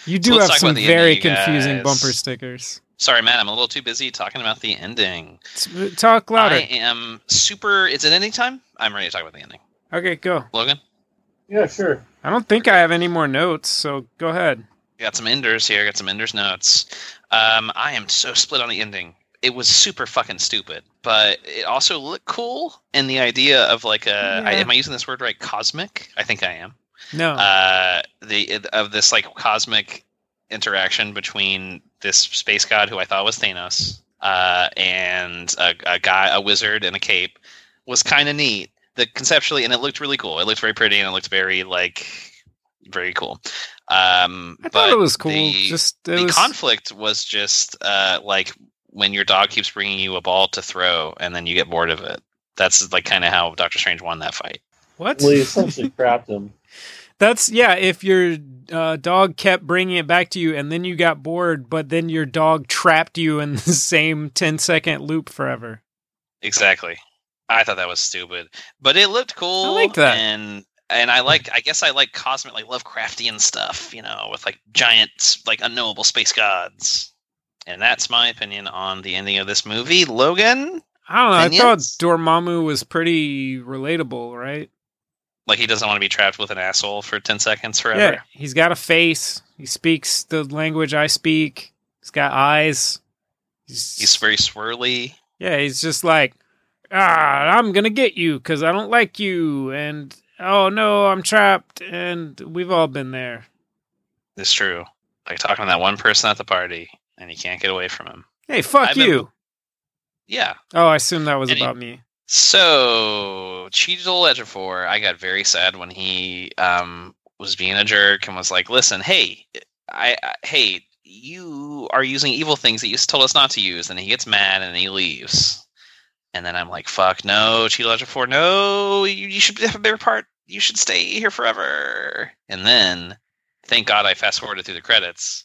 S1: You do
S2: let's
S1: have
S2: talk
S1: some
S2: about the
S1: very
S2: ending,
S1: confusing
S2: guys.
S1: bumper stickers.
S2: Sorry, Matt. I'm a little too busy talking about the ending.
S1: S- uh, Talk louder.
S2: I am super. Is it ending time? I'm ready to talk about the ending.
S1: Okay, go.
S2: Logan,
S4: Yeah, sure.
S1: I don't think I have any more notes, so go ahead.
S2: got some enders here. Got some enders notes. Um, I am so split on the ending. It was super fucking stupid, but it also looked cool. And the idea of like a I,
S1: Yeah.
S2: am I using this word right? Cosmic. I think I am.
S1: No.
S2: uh, the of this like cosmic interaction between this space god who I thought was Thanos uh, and a, a guy, a wizard in a cape, was kind of neat. The conceptually, and it looked really cool. It looked very pretty, and it looked very like very cool. Um,
S1: I thought
S2: but
S1: it was cool.
S2: the-
S1: Just it
S2: the
S1: was
S2: conflict was just uh, like when your dog keeps bringing you a ball to throw, and then you get bored of it. That's like kind of how Doctor Strange won that fight.
S1: What?
S4: Well, he essentially crapped him.
S1: That's yeah. If your uh, dog kept bringing it back to you, and then you got bored, but then your dog trapped you in the same 10 second loop forever.
S2: Exactly. I thought that was stupid, but it looked cool.
S1: I like that.
S2: And and I like I guess I like cosmic like Lovecraftian stuff, you know, with like giant like unknowable space gods. And that's my opinion on the ending of this movie. Logan,
S1: I don't know. I thought
S2: Opinions?
S1: Dormammu was pretty relatable, right?
S2: like he doesn't want to be trapped with an asshole for 10 seconds forever.
S1: Yeah, he's got a face. He speaks the language I speak. He's got eyes. He's,
S2: He's very swirly.
S1: yeah. He's just like ah, I'm gonna get you because I don't like you, and oh no, I'm trapped, and we've all been there.
S2: It's true. Like talking to that one person at the party and he can't get away from him.
S1: Hey, fuck
S2: I've been-
S1: you.
S2: Yeah.
S1: Oh, I assume that was
S2: Any-
S1: about me.
S2: So Cheezel Ejiofor, I got very sad when he um, was being a jerk and was like, "Listen, hey, I, I hey, you are using evil things that you told us not to use," and he gets mad and he leaves. And then I'm like, "Fuck no, Cheezel Ejiofor, no, you, you should have a bigger part. You should stay here forever." And then, thank God, I fast forwarded through the credits.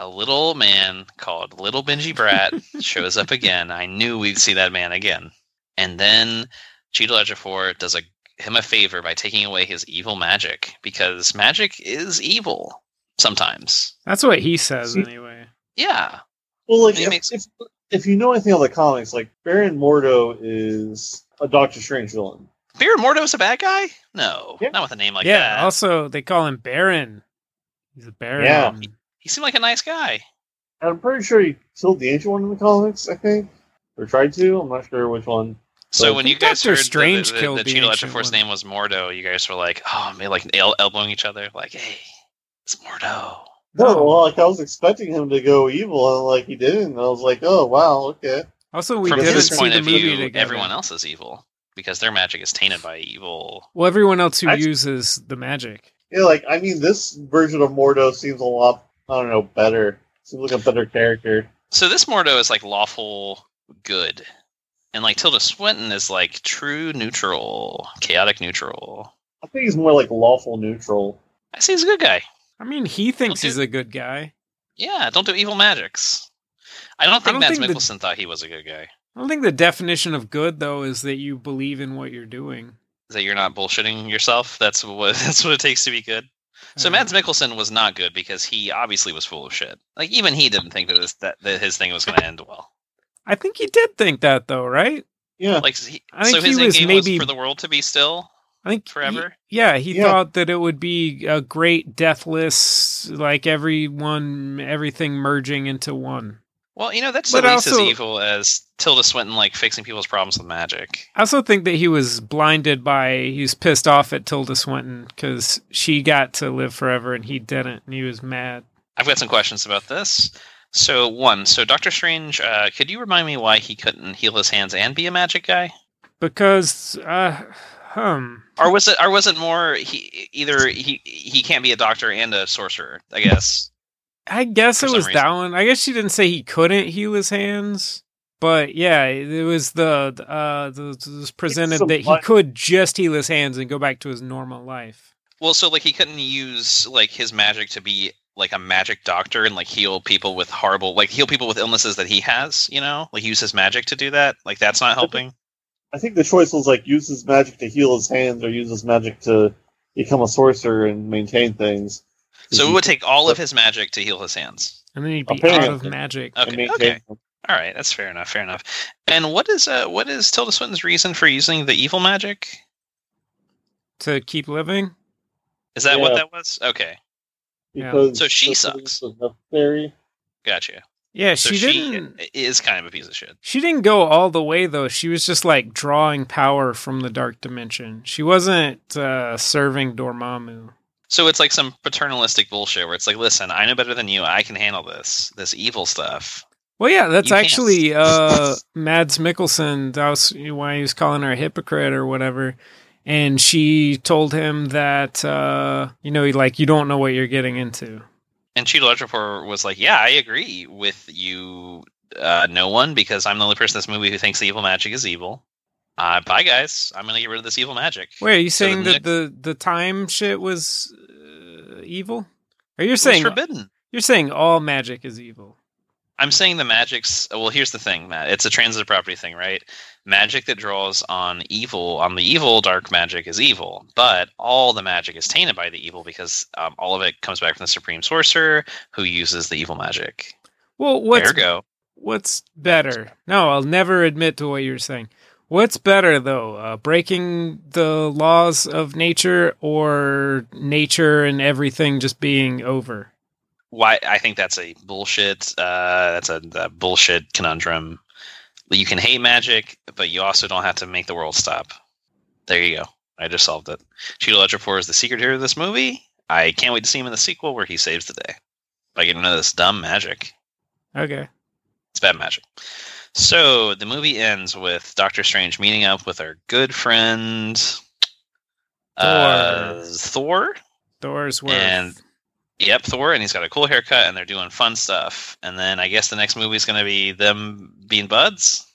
S2: A little man called Little Benji Brat shows up again. I knew we'd see that man again and then Cheeto Ledger 4 does a, him a favor by taking away his evil magic because magic is evil sometimes.
S1: That's what he says anyway.
S2: Yeah.
S3: Well, like
S2: It
S3: if,
S2: makes-
S3: if if you know anything of the comics, like Baron Mordo is a Doctor Strange villain.
S2: Baron Mordo's a bad guy? No,
S3: Yeah.
S2: not with a name like
S1: yeah.
S2: that.
S1: Also, they call him Baron. He's a Baron.
S3: Yeah.
S2: he seemed like a nice guy.
S3: And I'm pretty sure he killed the ancient one in the comics. I think or tried to. I'm not sure which one.
S2: So
S3: Well,
S2: when
S1: I
S2: you
S1: think
S2: guys
S1: Doctor
S2: heard
S1: Strange
S2: the, the,
S1: killed
S2: the,
S1: the
S2: Cheeto Ledger
S1: Ancient
S2: 4's
S1: One.
S2: name was Mordo, you guys were like, oh, maybe like el- elbowing each other, like, hey, it's Mordo.
S3: No,
S1: No.
S3: well, like I was expecting him to go evil, and like he didn't. And I was like, oh wow, okay.
S1: Also, we
S2: From
S1: didn't
S2: his
S1: see
S2: point
S1: the
S2: of
S1: movie
S2: view,
S1: together.
S2: everyone else is evil because their magic is tainted by evil.
S1: Well, everyone else who
S3: I-
S1: uses the magic.
S3: Yeah, like I mean, this version of Mordo seems a lot. I don't know, better. Seems like a better character.
S2: So this Mordo is like lawful good, and like Tilda Swinton is like true neutral, chaotic neutral.
S3: I think he's more like lawful neutral.
S2: I say he's a good guy.
S1: I mean, he thinks
S2: Don't
S1: he's a good guy.
S2: Yeah, don't do evil magics. I don't think
S1: don't
S2: Mads
S1: think the-
S2: Mikkelsen thought he was a good guy.
S1: I don't think the definition of good though is that you believe in what you're doing.
S2: That you're not bullshitting yourself. That's what that's what it takes to be good. So
S1: Uh,
S2: Mads Mikkelsen was not good because he obviously was full of shit. Like even he didn't think that this, that, that his thing was going to end well.
S1: I think he did think that though, right?
S3: Yeah,
S2: Like he,
S1: I
S2: so
S1: think he
S2: his end
S1: was
S2: game
S1: maybe-
S2: was for the world to be still.
S1: I think he-
S2: Forever?
S1: yeah, he
S3: Yeah.
S1: thought that it would be a great deathless, like everyone, everything merging into one.
S2: Well, you know that's
S1: But
S2: at least as
S1: also-
S2: evil as Tilda Swinton like fixing people's problems with magic.
S1: I also think that he was blinded by he was pissed off at Tilda Swinton because she got to live forever and he didn't, and he was mad.
S2: I've got some questions about this. So one, so Doctor Strange, uh, could you remind me why he couldn't heal his hands and be a magic guy,
S1: Because, uh, hum,
S2: or was it, or was it more he either he he can't be a doctor and a sorcerer? I guess.
S1: I guess
S2: For
S1: it
S2: some
S1: was that
S2: reason.
S1: one. I guess she didn't say he couldn't heal his hands, but yeah, it was the uh, the, it was presented
S3: some
S1: that he
S3: light.
S1: could just heal his hands and go back to his normal life.
S2: Well, so like he couldn't use like his magic to be like a magic doctor and like heal people with horrible like heal people with illnesses that he has. You know, like use his magic to do that. Like that's not helping.
S3: I think the choice was like use his magic to heal his hands, or use his magic to become a sorcerer and maintain things.
S2: So it would take all of his magic to heal his hands.
S1: And then he'd be
S3: Apparently.
S1: out of magic.
S3: And
S2: Okay.
S3: maintain
S2: Okay.
S3: them.
S2: All right. That's fair enough. Fair enough. And what is uh what is Tilda Swinton's reason for using the evil magic?
S1: to keep living.
S2: Is that what
S3: Yeah.
S2: that was? Okay.
S1: Yeah.
S3: because
S2: So she
S3: the
S2: sucks.
S3: police was Necessary.
S2: Gotcha.
S1: Yeah,
S2: So
S1: she,
S2: she,
S1: didn't.
S2: is kind of a piece of shit.
S1: She didn't go all the way though. She was just like drawing power from the dark dimension. She wasn't uh, serving Dormammu.
S2: So it's like some paternalistic bullshit where it's like, listen, I know better than you. I can handle this this evil stuff.
S1: Well, yeah, that's
S2: You can't.
S1: actually uh, Mads Mikkelsen. That was why he was calling her a hypocrite or whatever. And she told him that uh, you know, like you don't know what you're getting into.
S2: And Cheetah Electrofor was like, yeah, I agree with you, uh, no one, because I'm the only person in this movie who thinks the evil magic is evil. Uh, bye, guys. I'm gonna get rid of this evil magic.
S1: Wait, are you
S2: So the
S1: saying that
S2: next-
S1: the the time shit was uh, evil? Are you
S2: It's
S1: saying
S2: forbidden.
S1: you're saying all magic is evil?
S2: I'm saying the magic's well. Here's the thing, Matt. It's a transitive property thing, right? Magic that draws on evil, on the evil, dark magic is evil. But all the magic is tainted by the evil because um, all of it comes back from the supreme sorcerer who uses the evil magic.
S1: Well, what's
S2: Ergo,
S1: What's better? No, I'll never admit to what you're saying. What's better though, uh, breaking the laws of nature or nature and everything just being over?
S2: why? I think that's a bullshit. Uh, that's a, a bullshit conundrum. You can hate magic, but you also don't have to make the world stop. There you go. I just solved it. Cheetah Ledger 4 is the secret hero of this movie. I can't wait to see him in the sequel where he saves the day by getting rid of this dumb magic.
S1: Okay.
S2: It's bad magic. So the movie ends with Doctor Strange meeting up with our good friend uh, Thor.
S1: Thor's worth.
S2: And- Yep, Thor, and he's got a cool haircut, and they're doing fun stuff. And then I guess the next movie is going to be them being buds.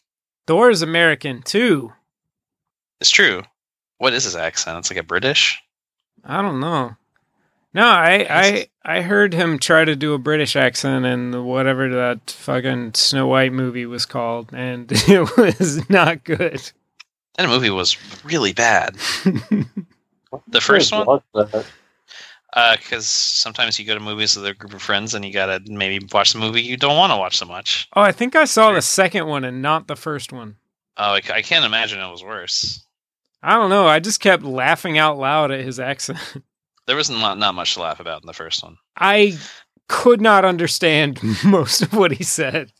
S1: Thor's American too.
S2: It's true. What is his accent? It's like a British.
S1: I don't know. No, I, I I heard him try to do a British accent in whatever that fucking Snow White movie was called, and it was not good.
S2: That movie was really bad. The first one,
S3: Watch that.
S2: because sometimes you go to movies with a group of friends and you gotta maybe watch the movie you don't want to watch so much.
S1: Oh, I think I saw the second one and not the first one.
S2: Oh, I, c- I can't imagine it was worse.
S1: I don't know. I just kept laughing out loud at his accent.
S2: There was not not much to laugh about in the first one,
S1: I could not understand most of what he said.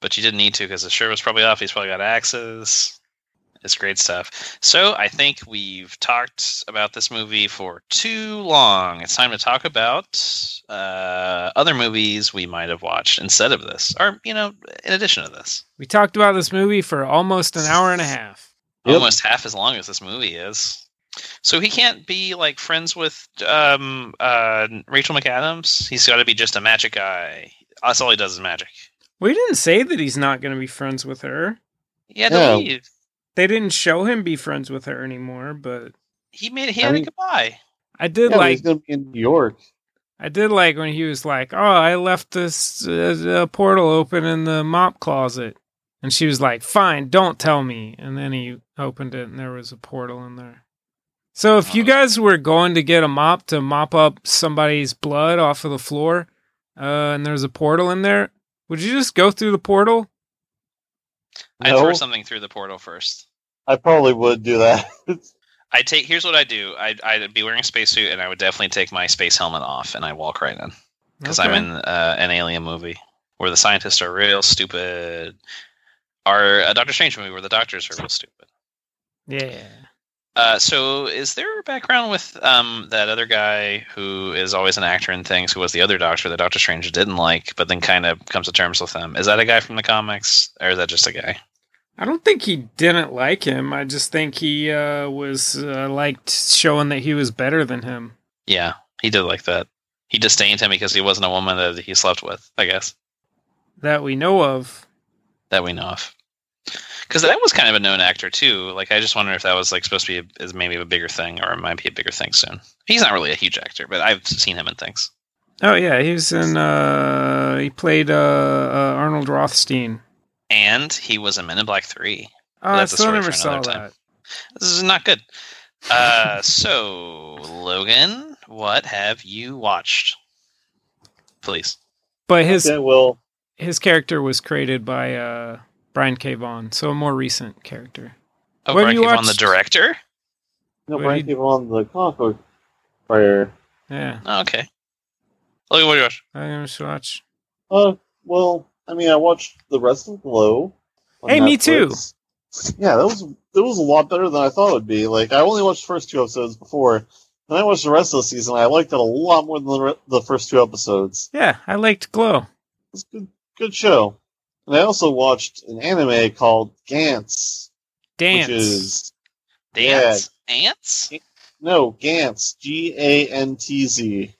S2: but you didn't need to because the shirt was probably off. He's probably got axes. It's great stuff. So I think we've talked about this movie for too long. It's time to talk about uh, other movies we might have watched instead of this, or you know, in addition to this.
S1: We talked about this movie for almost an hour and a half.
S3: Yep.
S2: almost half as long as this movie is. So he can't be like friends with um, uh, Rachel McAdams. He's got to be just a magic guy. That's all he does is magic.
S1: We didn't say that he's not going to be friends with her.
S2: He had to
S3: Yeah.
S2: leave.
S1: They didn't show him be friends with her anymore, but
S2: He made he
S3: I
S2: had
S3: mean-
S2: a goodbye.
S1: I did
S3: Yeah, but
S1: like
S3: he's gonna be in New York.
S1: I did like when he was like, "Oh, I left this uh, uh, portal open in the mop closet," and she was like, "Fine, don't tell me." And then he opened it, and there was a portal in there. So if you guys were going to get a mop to mop up somebody's blood off of the floor, uh, and there's a portal in there, would you just go through the portal?
S2: I would
S3: No.
S2: throw something through the portal first.
S3: I probably would do that.
S2: I take here's what I do. I'd, I'd be wearing a spacesuit and I would definitely take my space helmet off and I walk right in because I'm
S1: Okay.
S2: in uh, an alien movie where the scientists are real stupid. Or a Doctor Strange movie where the doctors are real stupid.
S1: Yeah.
S2: Uh, so is there a background with um, that other guy who is always an actor in things who was the other doctor that Doctor Strange didn't like, but then kind of comes to terms with him? Is that a guy from the comics or is that just a guy?
S1: I don't think he didn't like him. I just think he uh, was uh, liked showing that he was better than him.
S2: Yeah, he did like that. He disdained him because he wasn't a woman that he slept with, I guess,
S1: that we know of.
S2: that we know of. Because that was kind of a known actor too. Like, I just wonder if that was like supposed to be a, is maybe a bigger thing, or it might be a bigger thing soon. He's not really a huge actor, but I've seen him in things.
S1: Oh yeah, he was in. Uh, he played uh, uh, Arnold Rothstein.
S2: And he was in Men in Black Three.
S1: Oh,
S2: That's
S1: I
S2: a
S1: still
S2: story
S1: never
S2: for
S1: saw
S2: another
S1: that.
S2: time. This is not good. Uh, so, Logan, what have you watched? Please.
S1: But his
S3: okay, well,
S1: his character was created by uh, Brian K. Vaughan, so a more recent character.
S2: Oh,
S1: What have
S2: Brian
S1: you
S2: K. Vaughan, the
S1: watched?
S2: director?
S3: no,
S1: Wait.
S3: Brian Cable on the comic book prior.
S1: Yeah,
S2: Oh, okay. Logan, what have you watched?
S1: I didn't just watch.
S3: Uh, well, I mean, I watched the rest of Glow. on
S1: Hey, me
S3: Netflix. Yeah, that was that was a lot better than I thought it would be. Like, I only watched the first two episodes before, and I watched the rest of the season. I liked it a lot more than the, re- the first two episodes.
S1: Yeah, I liked Glow.
S3: It's a good, good show. And I also watched an anime called Gantz,
S1: Dance.
S3: which is
S2: Dance? Ants?
S3: no Gantz, G A N T Z.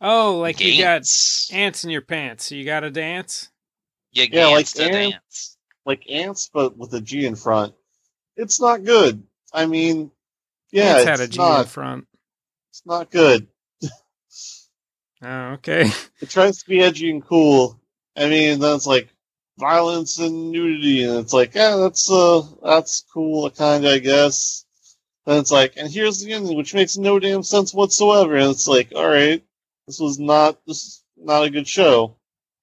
S1: oh, like you got
S2: Gants.
S1: ants in your pants. So you got to dance.
S2: You
S3: Yeah, like
S2: Gants to
S3: ants.
S2: dance.
S3: like ants, but with a G in front. It's not good. I mean, yeah,
S1: ants
S3: it's,
S1: had a G in
S3: not.
S1: front.
S3: It's not good.
S1: Oh, okay.
S3: It tries to be edgy and cool. I mean, then it's like violence and nudity, and it's like, yeah, that's uh, that's cool, kind of, I guess. Then it's like, and here's the ending, which makes no damn sense whatsoever. And it's like, all right, this was not this is not a good show.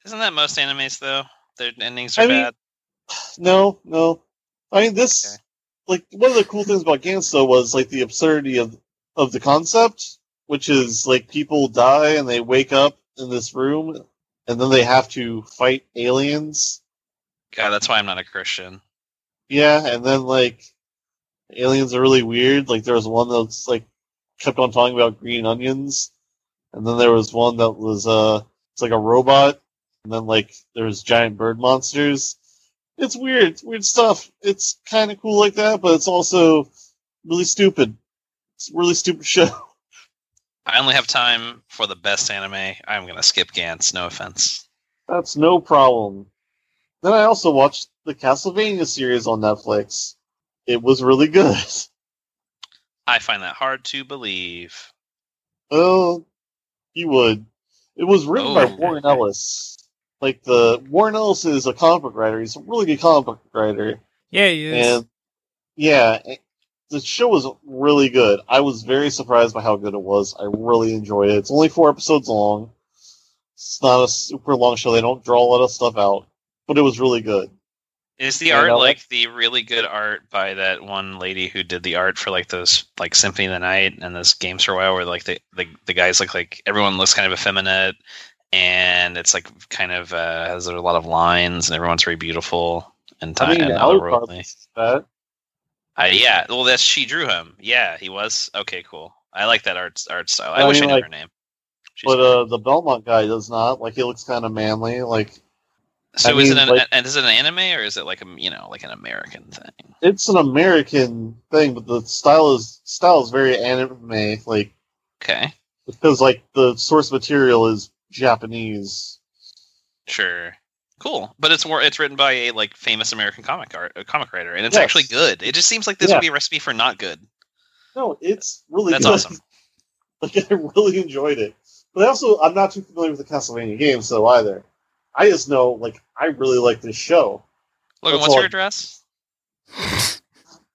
S2: Isn't that most animes, though? Their endings are
S3: I mean-
S2: bad.
S3: No, no. I mean, this
S2: Okay.
S3: like one of the cool things about Gantz though was like the absurdity of of the concept, which is like people die and they wake up in this room, and then they have to fight aliens.
S2: God, that's why I'm not a Christian.
S3: Yeah, and then like aliens are really weird. Like there was one that's like kept on talking about green onions, and then there was one that was uh it's like a robot, and then like there was giant bird monsters. it's weird. It's weird stuff. It's kind of cool like that, but it's also really stupid. It's a really stupid show.
S2: I only have time for the best anime. I'm gonna skip Gantz. No offense.
S3: That's no problem. Then I also watched the Castlevania series on Netflix. It was really good.
S2: I find that hard to believe.
S3: Oh, you would. It was written
S2: Oh,
S3: by Warren
S2: okay.
S3: Ellis. Like the Warren Ellis is a comic book writer. He's a really good comic book writer,
S1: Yeah, he is.
S3: and yeah, it- the show was really good. I was very surprised by how good it was. I really enjoyed it. It's only four episodes long. It's not a super long show. They don't draw a lot of stuff out, but it was really good.
S2: Is the
S3: Yeah,
S2: art
S3: no,
S2: like the really good art by that one lady who did the art for like those like Symphony of the Night and those games for a while where like the the, the guys look like everyone looks kind of effeminate and it's like kind of uh, has a lot of lines and everyone's very beautiful and
S3: I
S2: time
S3: mean,
S2: and
S3: I would
S2: otherworldly.
S3: probably say that.
S2: Uh, yeah, well that's she drew him. Yeah, he was okay. Cool. I like that art art style. I,
S3: I
S2: wish
S3: mean,
S2: I knew
S3: like-
S2: her name. She's
S3: But uh, the Belmont guy does not. Like he looks kind of manly. Like
S2: So
S3: I
S2: is it
S3: mean,
S2: an
S3: like-
S2: and is it an anime or is it like a you know like an American thing?
S3: it's an American thing, but the style is style is very anime. Like
S2: Okay,
S3: because like the source material is Japanese.
S2: sure, cool. But it's more it's written by a like famous American comic art a comic writer, and it's
S3: Yes.
S2: actually good. It just seems like this
S3: Yeah.
S2: would be a recipe for not good.
S3: No, it's really
S2: That's
S3: good.
S2: awesome.
S3: Like I really enjoyed it. But I also I'm not too familiar with the Castlevania games though either. I just know like I really like this show.
S2: Logan,
S3: That's
S2: what's
S3: all.
S2: your address?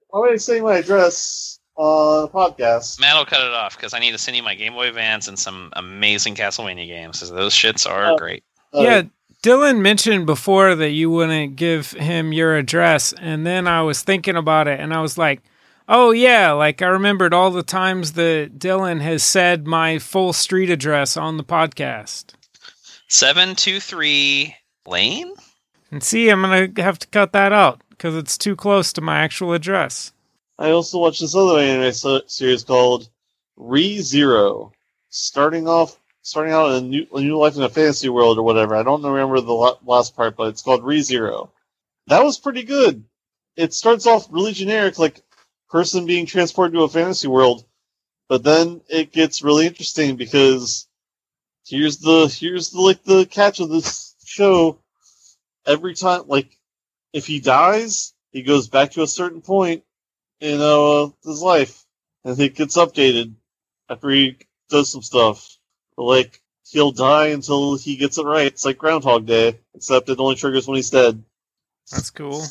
S3: Why would I say my address on a podcast?
S2: Matt will cut it off because I need to send you my Game Boy Advance and some amazing Castlevania games. 'cause Those shits are
S3: Oh.
S2: great.
S3: Uh,
S1: yeah, Dylan mentioned before that you wouldn't give him your address, and then I was thinking about it, and I was like, "Oh yeah!" Like I remembered all the times that Dylan has said my full street address on the podcast.
S2: Seven two three Lane.
S1: And see, I'm gonna have to cut that out because it's too close to my actual address.
S3: I also watched this other anime se- series called Re Zero, starting off starting out in a new, a new life in a fantasy world or whatever. I don't remember the la- last part, but it's called Re Zero. That was pretty good. It starts off really generic, like person being transported to a fantasy world, but then it gets really interesting because here's the here's the like the catch of this show. Every time, like if he dies, he goes back to a certain point you know, uh, his life. And he gets updated after he does some stuff. But, like, he'll die until he gets it right. It's like Groundhog Day, except it only triggers when he's dead.
S1: That's cool.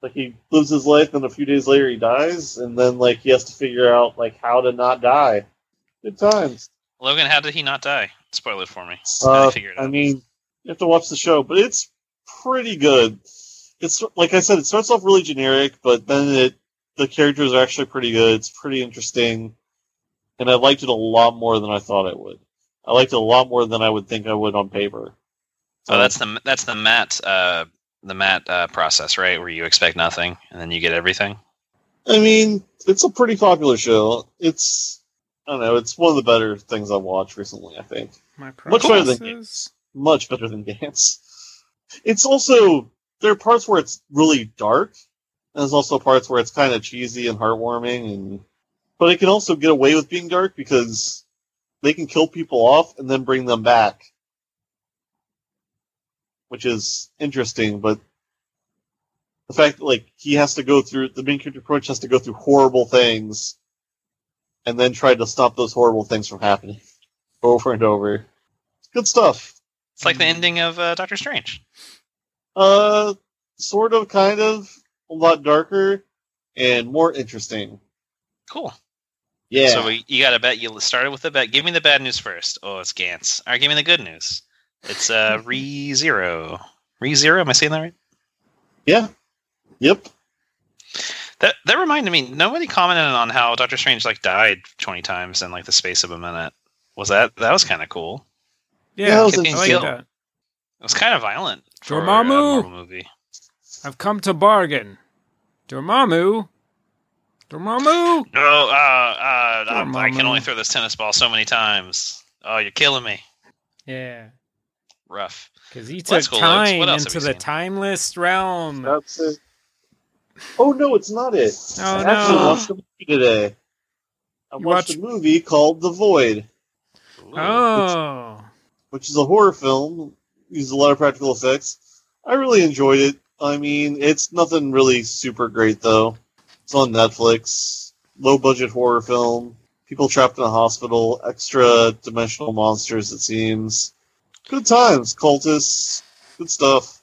S3: Like, he lives his life, and a few days later he dies, and then, like, he has to figure out, like, how to not die. Good times.
S2: Logan, how did he not die? Spoil it for me.
S3: Uh,
S2: I figured it out.
S3: I mean, you have to watch the show, but it's pretty good. It's like I said, it starts off really generic, but then it the characters are actually pretty good. It's pretty interesting, and I liked it a lot more than I thought I would. I liked it a lot more than I would think I would on paper.
S2: Oh, that's the that's the Matt uh, the Matt uh, process, right? Where you expect nothing and then you get everything.
S3: I mean, it's a pretty popular show. It's I don't know. It's one of the better things I watched recently. I think.
S1: My
S3: Much better than
S1: processes.
S3: much better than dance. It's also there are parts where it's really dark, and there's also parts where it's kind of cheesy and heartwarming, and but it can also get away with being dark because they can kill people off and then bring them back, which is interesting. But the fact that like he has to go through the main character approach has to go through horrible things, and then try to stop those horrible things from happening over and over. It's good stuff.
S2: It's like the
S3: Mm-hmm.
S2: ending of uh, Doctor Strange.
S3: Uh, sort of, kind of, a lot darker and more interesting.
S2: Cool.
S3: Yeah.
S2: So we, you got a bet. You started with the bet. Give me the bad news first. Oh, it's Gantz. All right, give me the good news. It's uh, re zero. Re zero. Am I saying that right?
S3: yep.
S2: That that reminded me. Nobody commented on how Doctor Strange like died twenty times in like the space of a minute. Was that that was kind of cool?
S1: Yeah,
S3: Yeah, that was
S1: I like
S2: interesting.
S1: that.
S2: It was kind of violent for uh, a
S1: Dormammu!
S2: Marvel movie.
S1: I've come to bargain. Dormammu. Dormammu.
S2: No, uh, uh,
S1: Come
S2: I, I
S1: on,
S2: can only
S1: man.
S2: throw this tennis ball so many times. Oh, you're killing me.
S1: Yeah.
S2: Rough.
S1: Because he
S2: Well,
S1: took
S2: that's cool, Alex.
S1: time
S2: What else have
S1: into the
S2: you seen?
S1: timeless realm.
S3: That's it. Oh no, it's not it.
S1: Oh,
S3: I actually
S1: no.
S3: watched a movie today. I
S1: You
S3: watched
S1: watch-
S3: a movie called The Void,
S1: oh,
S3: which is a horror film. Uses a lot of practical effects. I really enjoyed it. I mean, it's nothing really super great though. It's on Netflix. Low budget horror film. People trapped in a hospital. Extra dimensional monsters. It seems. Good times. Cultists. Good stuff.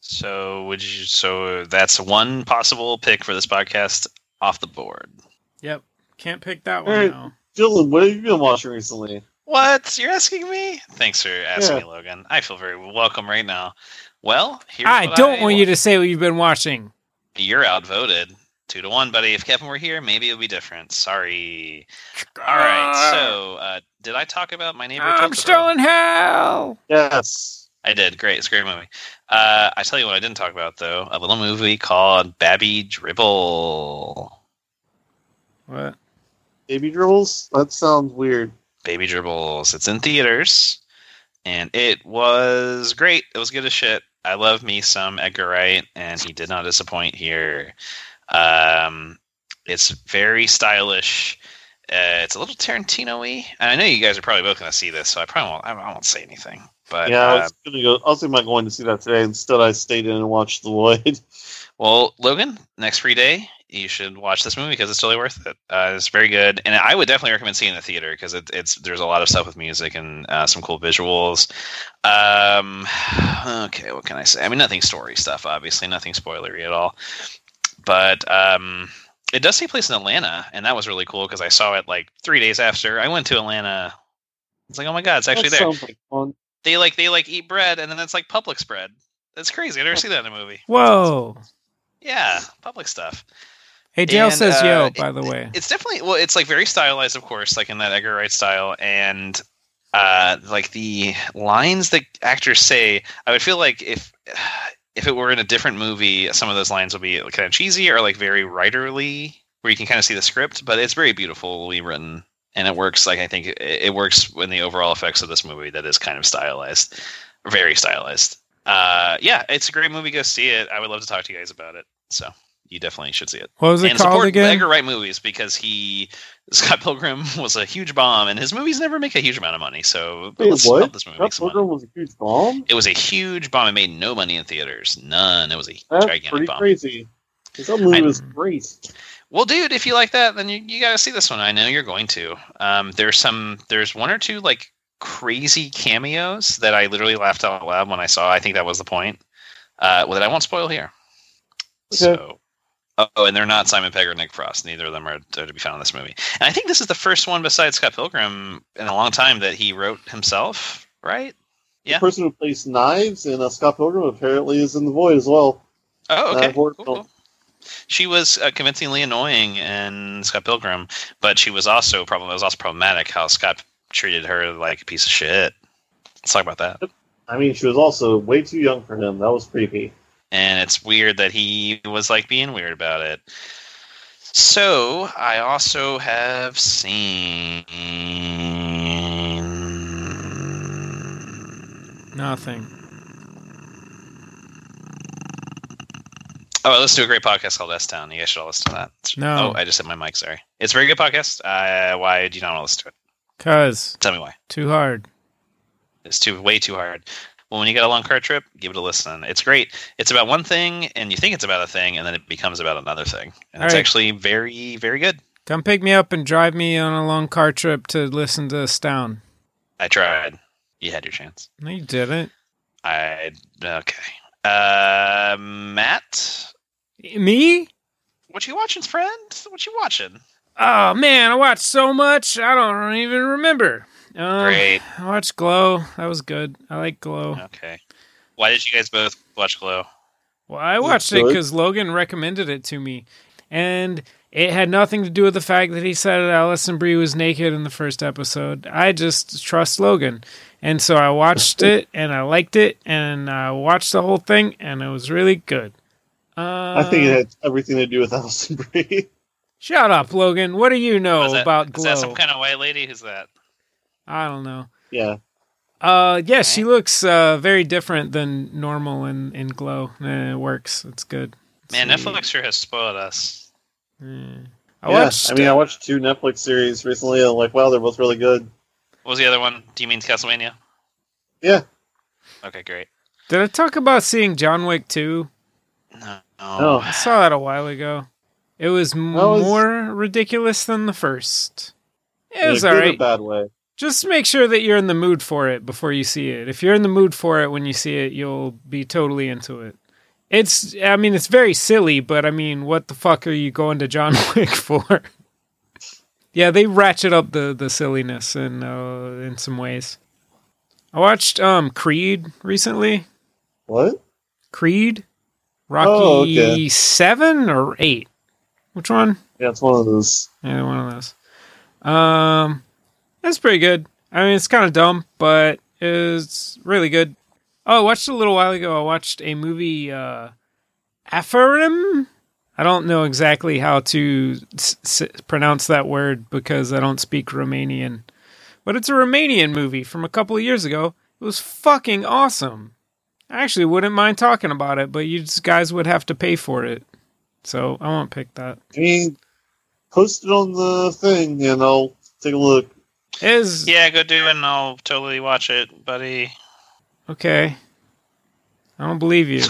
S2: So would you? So that's one possible pick for this podcast off the board.
S1: yep. Can't pick that one.
S3: Alright.
S1: though.
S3: Dylan, what have you been watching recently?
S2: What you're asking me? Thanks for asking
S3: Yeah.
S2: me, Logan. I feel very welcome right now. Well, here's
S1: I
S2: what
S1: don't
S2: I-
S1: want you to say what you've been watching.
S2: You're outvoted, two to one, buddy. If Kevin were here, maybe it'd be different. Sorry. All right. So, uh, did I talk about my neighbor?
S1: I'm
S2: Totoro?
S1: still in hell.
S3: Yes.
S2: I did. Great. It's a great movie. Uh, I tell you what I didn't talk about though. A little movie called Babby Dribble.
S1: What?
S3: Baby dribbles? That sounds weird.
S2: Baby Dribbles. It's in theaters, and it was great. It was good as shit. I love me some Edgar Wright, and he did not disappoint here. Um, it's very stylish. Uh, it's a little Tarantino-y. And I know you guys are probably both going to see this, so I probably won't. I, I won't say anything. But
S3: yeah, I
S2: uh,
S3: was gonna go. I was thinking about going to see that today. Instead, I stayed in and watched The Void.
S2: Well, Logan, next free day, you should watch this movie because it's totally worth it. Uh, it's very good, and I would definitely recommend seeing it in the theater because it, it's there's a lot of stuff with music and uh, some cool visuals. Um, okay, what can I say? I mean, nothing story stuff, obviously, nothing spoilery at all. But um, it does take place in Atlanta, and that was really cool because I saw it like three days after I went to Atlanta. It's like, oh my god, it's actually
S3: That
S2: there.
S3: sounds like fun.
S2: They like they like eat bread, and then it's like Publix bread. That's crazy. I never seen that in a movie.
S1: Whoa.
S2: Yeah, public stuff.
S1: Hey, Jail
S2: And,
S1: says yo,
S2: uh,
S1: by the way.
S2: it's definitely well it's like very stylized of course like in that edgar wright style and uh like the lines that actors say i would feel like if if it were in a different movie some of those lines would be kind of cheesy or like very writerly where you can kind of see the script but it's very beautifully written and it works like i think it, it works in the overall effects of this movie that is kind of stylized very stylized uh yeah it's a great movie go see it i would love to talk to you guys about it so you definitely should see it
S1: What was it
S2: and
S1: called
S2: support
S1: again?
S2: Edgar Wright movies because he Scott Pilgrim was a huge bomb, and his movies never make a huge amount of money. So
S3: Wait,
S2: let's
S3: what?
S2: help this movie
S3: That
S2: make some money.
S3: program was a huge bomb.
S2: It was a huge bomb. It made no money in theaters. None. It was a
S3: That's pretty
S2: gigantic bomb.
S3: crazy. 'Cause That movie
S2: I-
S3: was great.
S2: Well, dude, if you like that, then you, you got to see this one. I know you're going to. Um, there's some. There's one or two like crazy cameos that I literally laughed out loud when I saw. I think that was the point. Uh, well, that I won't spoil here.
S3: Okay.
S2: So, oh, and they're not Simon Pegg or Nick Frost. Neither of them are, are to be found in this movie. And I think this is the first one besides Scott Pilgrim in a long time that he wrote himself. Right? Yeah.
S3: The person who plays knives in uh, Scott Pilgrim apparently is in The Void as well.
S2: Oh,
S3: Uh,
S2: okay.
S3: horror
S2: Cool,
S3: film.
S2: cool. She was uh, convincingly annoying in Scott Pilgrim, but she was also problem. It was also problematic how Scott treated her like a piece of shit. Let's talk about that.
S3: I mean, she was also way too young for him. That was creepy.
S2: And it's weird that he was like being weird about it. So I also have seen
S1: Nothing.
S2: Oh, I listened to a great podcast called S Town. You guys should all listen to that.
S1: No.
S2: Oh, I just hit my mic. Sorry. It's a very good podcast. Uh, why do you not want to listen to it?
S1: Cuz
S2: Tell me why.
S1: too hard.
S2: It's too way too hard. Well, when you get a long car trip, give it a listen. It's great. It's about one thing, and you think it's about a thing, and then it becomes about another thing, and it's
S1: All right.
S2: actually very, very good.
S1: Come pick me up and drive me on a long car trip to listen to Astound.
S2: I tried. You had your chance.
S1: No, you didn't.
S2: I okay. Uh, Matt,
S1: Me?
S2: what you watching, friend? What you watching?
S1: Oh man, I watched so much I don't even remember. Um,
S2: great.
S1: I watched Glow. That was good. I like Glow.
S2: Okay. Why did you guys both watch Glow?
S1: Well, I
S3: Is it
S1: watched it
S3: good?
S1: because Logan recommended it to me, and it had nothing to do with the fact that he said that Allison Brie was naked in the first episode. I just trust Logan, and so I watched it and I liked it, and I watched the whole thing, and it was really good. Uh,
S3: I think it had everything to do with Allison Brie.
S1: Shut up, Logan. What do you know
S2: Was that-
S1: about
S2: Is
S1: Glow?
S2: that some kind of white lady? Who's that?
S1: I don't know.
S3: yeah,
S1: Uh, yeah, she looks uh, very different than normal in, in Glow. Eh, it works. It's good.
S2: Man, Netflix sure has spoiled us.
S1: Yeah.
S3: I, I mean, I watched two Netflix series recently, and I'm like, wow, they're both really good.
S2: What was the other one? Do you mean Castlevania?
S3: Yeah.
S2: Okay, great.
S1: Did I talk about seeing John Wick 2?
S2: No.
S3: No.
S1: I saw that a while ago. It was
S3: was-
S1: more ridiculous than the first. It
S3: In
S1: was
S3: a good or
S1: alright.
S3: bad way.
S1: Just make sure that you're in the mood for it before you see it. If you're in the mood for it when you see it, you'll be totally into it. It's, I mean, it's very silly, but I mean, what the fuck are you going to John Wick for? yeah, they ratchet up the the silliness in uh, in some ways. I watched um Creed recently.
S3: What?
S1: Creed, Rocky
S3: Oh, okay.
S1: seven or eight. Which one?
S3: Yeah, it's one of those.
S1: Yeah, one of those. Um, it's pretty good. I mean, it's kind of dumb, but it's really good. Oh, I watched a little while ago. I watched a movie, uh, Aphorim. I don't know exactly how to s- s- pronounce that word because I don't speak Romanian, but it's a Romanian movie from a couple of years ago. It was fucking awesome. I actually wouldn't mind talking about it, but you just guys would have to pay for it. So I won't pick that.
S3: I mean, post it on the thing, and I'll take a look.
S1: It is
S2: Yeah, go do it, and I'll totally watch it, buddy.
S1: Okay. I don't believe you.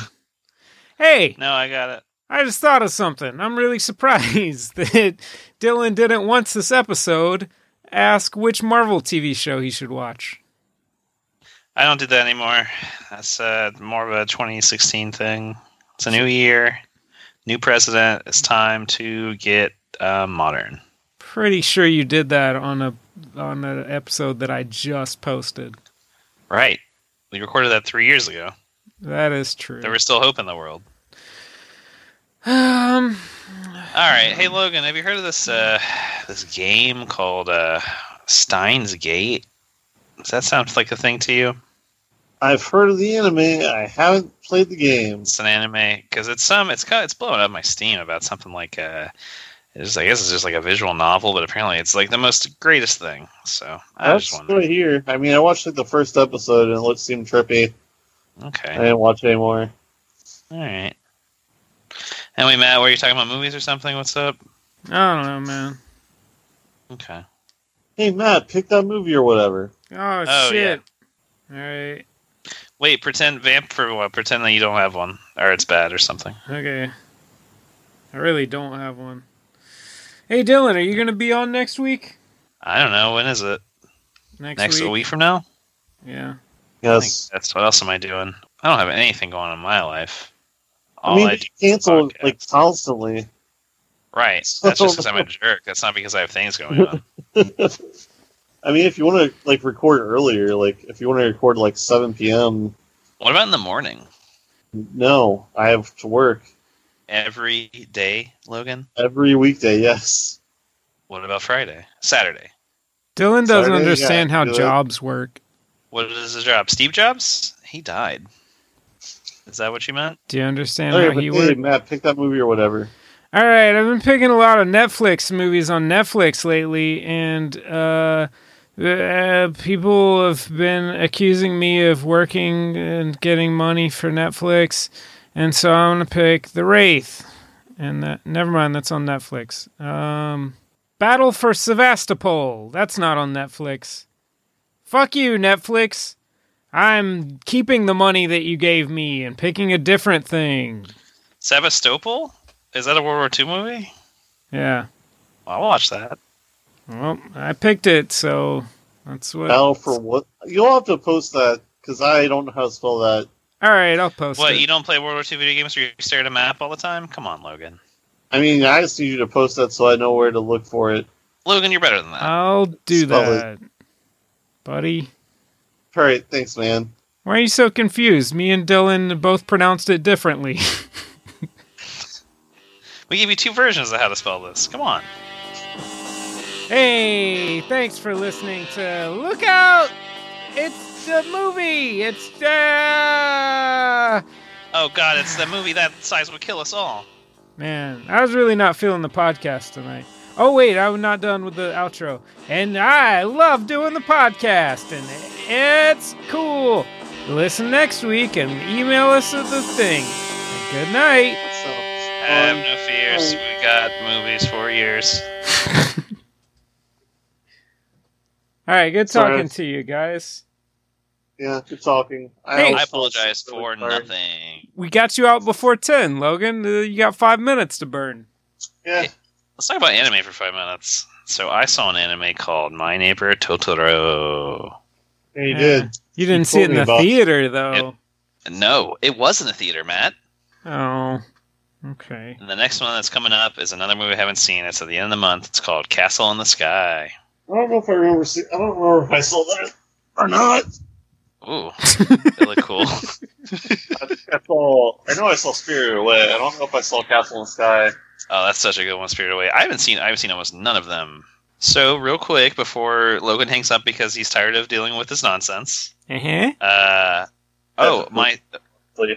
S1: hey,
S2: No, I got it.
S1: I just thought of something. I'm really surprised that Dylan didn't once this episode ask which Marvel TV show he should watch.
S2: I don't do that anymore. That's uh, more of a 2016 thing. It's a new year, new president. It's time to get uh, modern.
S1: Pretty sure you did that on a on an episode that I just posted.
S2: Right. We recorded that three years ago.
S1: That is true.
S2: There was still hope in the world.
S1: um
S2: All right. Hey, Logan, have you heard of this uh, this game called uh, Steins Gate? Does that sound like a thing to you?
S3: I've heard of the anime. I haven't played the games.
S2: It's an anime because it's some it's kind it's blowing up my Steam about something like uh, it's I guess it's just like a visual novel, but apparently it's like the most greatest thing. So I
S3: That's
S2: just
S3: right
S2: wondering.
S3: here. I mean, I watched like the first episode, and it looked seemed trippy. I
S2: Okay.
S3: didn't watch anymore.
S2: All right. Anyway, Matt, were you talking about movies or something? What's up?
S1: I don't know, man.
S2: Okay.
S3: Hey, Matt, pick that movie or whatever.
S1: Oh,
S2: Oh,
S1: shit. All right.
S2: Wait, pretend vamp for what? Pretend that you don't have one, or it's bad, or something.
S1: Okay. I really don't have one. Hey Dylan, are you going to be on next week?
S2: I don't know. When is it? Next a week from now?
S1: Yeah.
S2: I think
S3: Yes.
S2: that's what else am I doing? I don't have anything going on in my life. All
S3: I mean,
S2: I
S3: they
S2: do,
S3: cancel
S2: podcast.
S3: like constantly.
S2: right? That's just because I'm a jerk. That's not because I have things going on.
S3: I mean, if you want to like record earlier, like if you want to record like 7 p.m.,
S2: What about in the morning?
S3: no, I have to work
S2: Every day, Logan.
S3: every weekday. Yes.
S2: What about Friday, Saturday?
S1: Dylan
S3: Sorry,
S1: doesn't
S3: yeah,
S1: understand how
S3: do it.
S1: jobs work.
S2: What is his job? Steve Jobs? He died. Is that what you meant?
S1: Do you understand
S3: All right,
S1: how
S3: Oh, but
S1: he
S3: hey,
S1: works?
S3: Matt, pick that movie or whatever.
S1: All right, I've been picking a lot of Netflix movies on Netflix lately, and uh, uh, people have been accusing me of working and getting money for Netflix, and so I'm gonna pick The Wraith. And that, never mind, that's on Netflix. Um, Battle for Sevastopol. That's not on Netflix. Fuck you, Netflix. I'm keeping the money that you gave me and picking a different thing.
S2: Sevastopol? Is that a World War II movie?
S1: Yeah.
S2: I'll watch that.
S1: Well, I picked it, so that's what.
S3: Battle for what? You'll have to post that because I don't know how to spell that.
S1: All right, I'll post
S2: What?
S1: it.
S2: You don't play World War II video games, or you stare at a map all the time? Come on, Logan.
S3: I mean, I just need you to post that so I know where to look for it.
S2: Logan, you're better than that.
S1: I'll do
S3: Spell
S1: that, buddy.
S3: All right, thanks, man.
S1: Why are you so confused? Me and Dylan both pronounced it differently.
S2: We gave you two versions of how to spell this. Come on.
S1: hey, thanks for listening to Look Out! It's the movie. It's uh...
S2: Oh God, it's the movie that size would kill us all.
S1: man. I was really not feeling the podcast tonight. Oh wait, I'm not done with the outro. And I love doing the podcast, and it's cool. Listen next week and email us at the thing. Good night.
S3: So, um,
S2: Have no fears. We got movies for years.
S1: All right, good
S3: Sorry.
S1: talking to you guys.
S3: yeah, good talking.
S1: Hey.
S3: always
S2: I
S3: feel
S2: apologize
S3: really
S2: for
S3: sorry.
S2: nothing.
S1: We got you out before ten, Logan. Uh, You got five minutes to burn.
S3: Yeah,
S2: Let's talk about anime for five minutes. So I saw an anime called My Neighbor Totoro.
S3: yeah, you
S1: Yeah.
S3: did.
S1: You didn't see it
S3: told
S1: in
S3: me
S1: the
S3: about-
S1: theater, though.
S2: No, it was in the theater, Matt.
S1: Oh, okay.
S2: And the next one that's coming up is another movie I haven't seen. It's at the end of the month. It's called Castle in the Sky.
S3: I don't know if I remember. See- I don't remember if I saw that or not.
S2: Ooh, it looked cool.
S3: I think I saw. I know I saw Spirited Away. I don't know if I saw Castle in the Sky.
S2: Oh, that's such a good one, Spirit Away. I haven't seen I haven't seen almost none of them. So real quick before Logan hangs up because he's tired of dealing with this nonsense.
S1: Uh
S3: Uh-huh.
S1: huh.
S2: Uh, oh my!
S3: So yeah,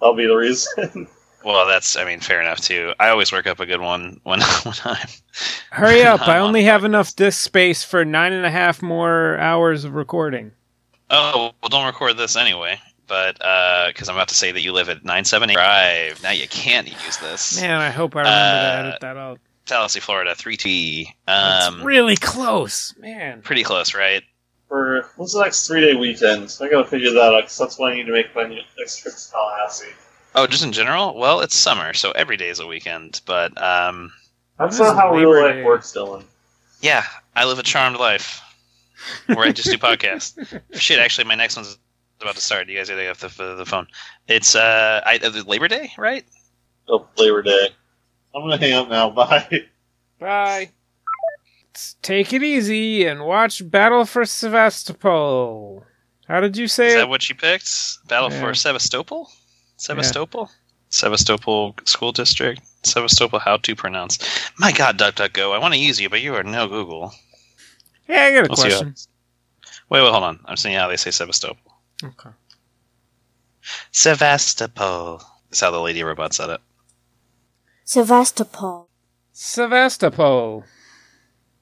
S3: that'll be the reason.
S2: Well, that's I mean fair enough too. I always work up a good one when when I'm
S1: Hurry up! I
S2: I'm on
S1: only have enough disk space for nine and a half more hours of recording.
S2: Oh, well, don't record this anyway. But because I'm about to say that you live at 978 Drive. Now you can't use this.
S1: Man, I hope I remember to
S2: Uh,
S1: edit that out.
S2: Tallahassee, Florida, 3T.
S1: That's
S2: Um,
S1: really close, man.
S2: pretty close, right?
S3: for what's the next three day weekend? I gotta figure that out because that's when I need to make my next trip to Tallahassee.
S2: Oh, just in general? Well, it's summer, so every day is a weekend. But um,
S3: That's
S1: This
S3: not
S1: is
S3: how real
S1: Labor
S3: life
S1: Day.
S3: works, Dylan.
S2: yeah, I live a charmed life where I just do podcasts. Shit, actually, my next one's about to start. You guys gotta get off the, the, the phone. It's uh, I, uh, Labor Day, right?
S3: Oh, Labor Day. I'm gonna hang up now. Bye.
S1: Bye. Let's Take it easy and watch Battle for Sevastopol. How did you
S2: Is
S1: say
S2: that
S1: it?
S2: what you picked? Battle
S1: Yeah.
S2: for Sevastopol? Sevastopol? Sevastopol School District? Sevastopol, how to pronounce. My god, DuckDuckGo, I want to use you, but you are no Google.
S1: Yeah, I got a
S2: We'll see how-
S1: question.
S2: Wait, wait, hold on. I'm seeing how they say Sevastopol.
S1: Okay.
S2: Sevastopol. That's how the lady robot said it.
S6: Sevastopol.
S1: Sevastopol.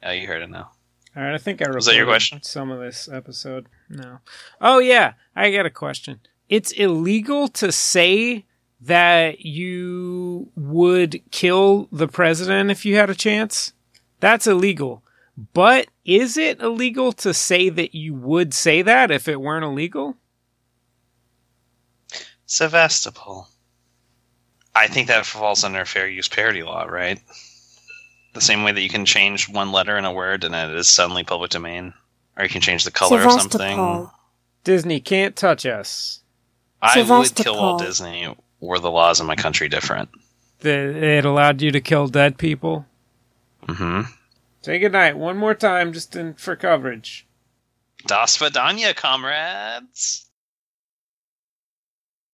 S2: Oh, you heard it now.
S1: All right, I think I recorded
S2: Was that your question?
S1: some of this episode. No. Oh yeah, I got a question. It's illegal to say that you would kill the president if you had a chance. That's illegal. But is it illegal to say that you would say that if it weren't illegal?
S2: Sevastopol. I think that falls under fair use parody law, right? The same way that you can change one letter in a word and it is suddenly public domain, or you can change the color of something.
S6: Sevastopol.
S1: Disney can't touch us.
S2: I would kill
S6: Sevastopol.
S2: Walt Disney. Were the laws in my country different?
S1: The, it allowed you to kill dead people.
S2: Mm-hmm.
S1: Say goodnight one more time, just in, for coverage.
S2: Das Vidania, comrades.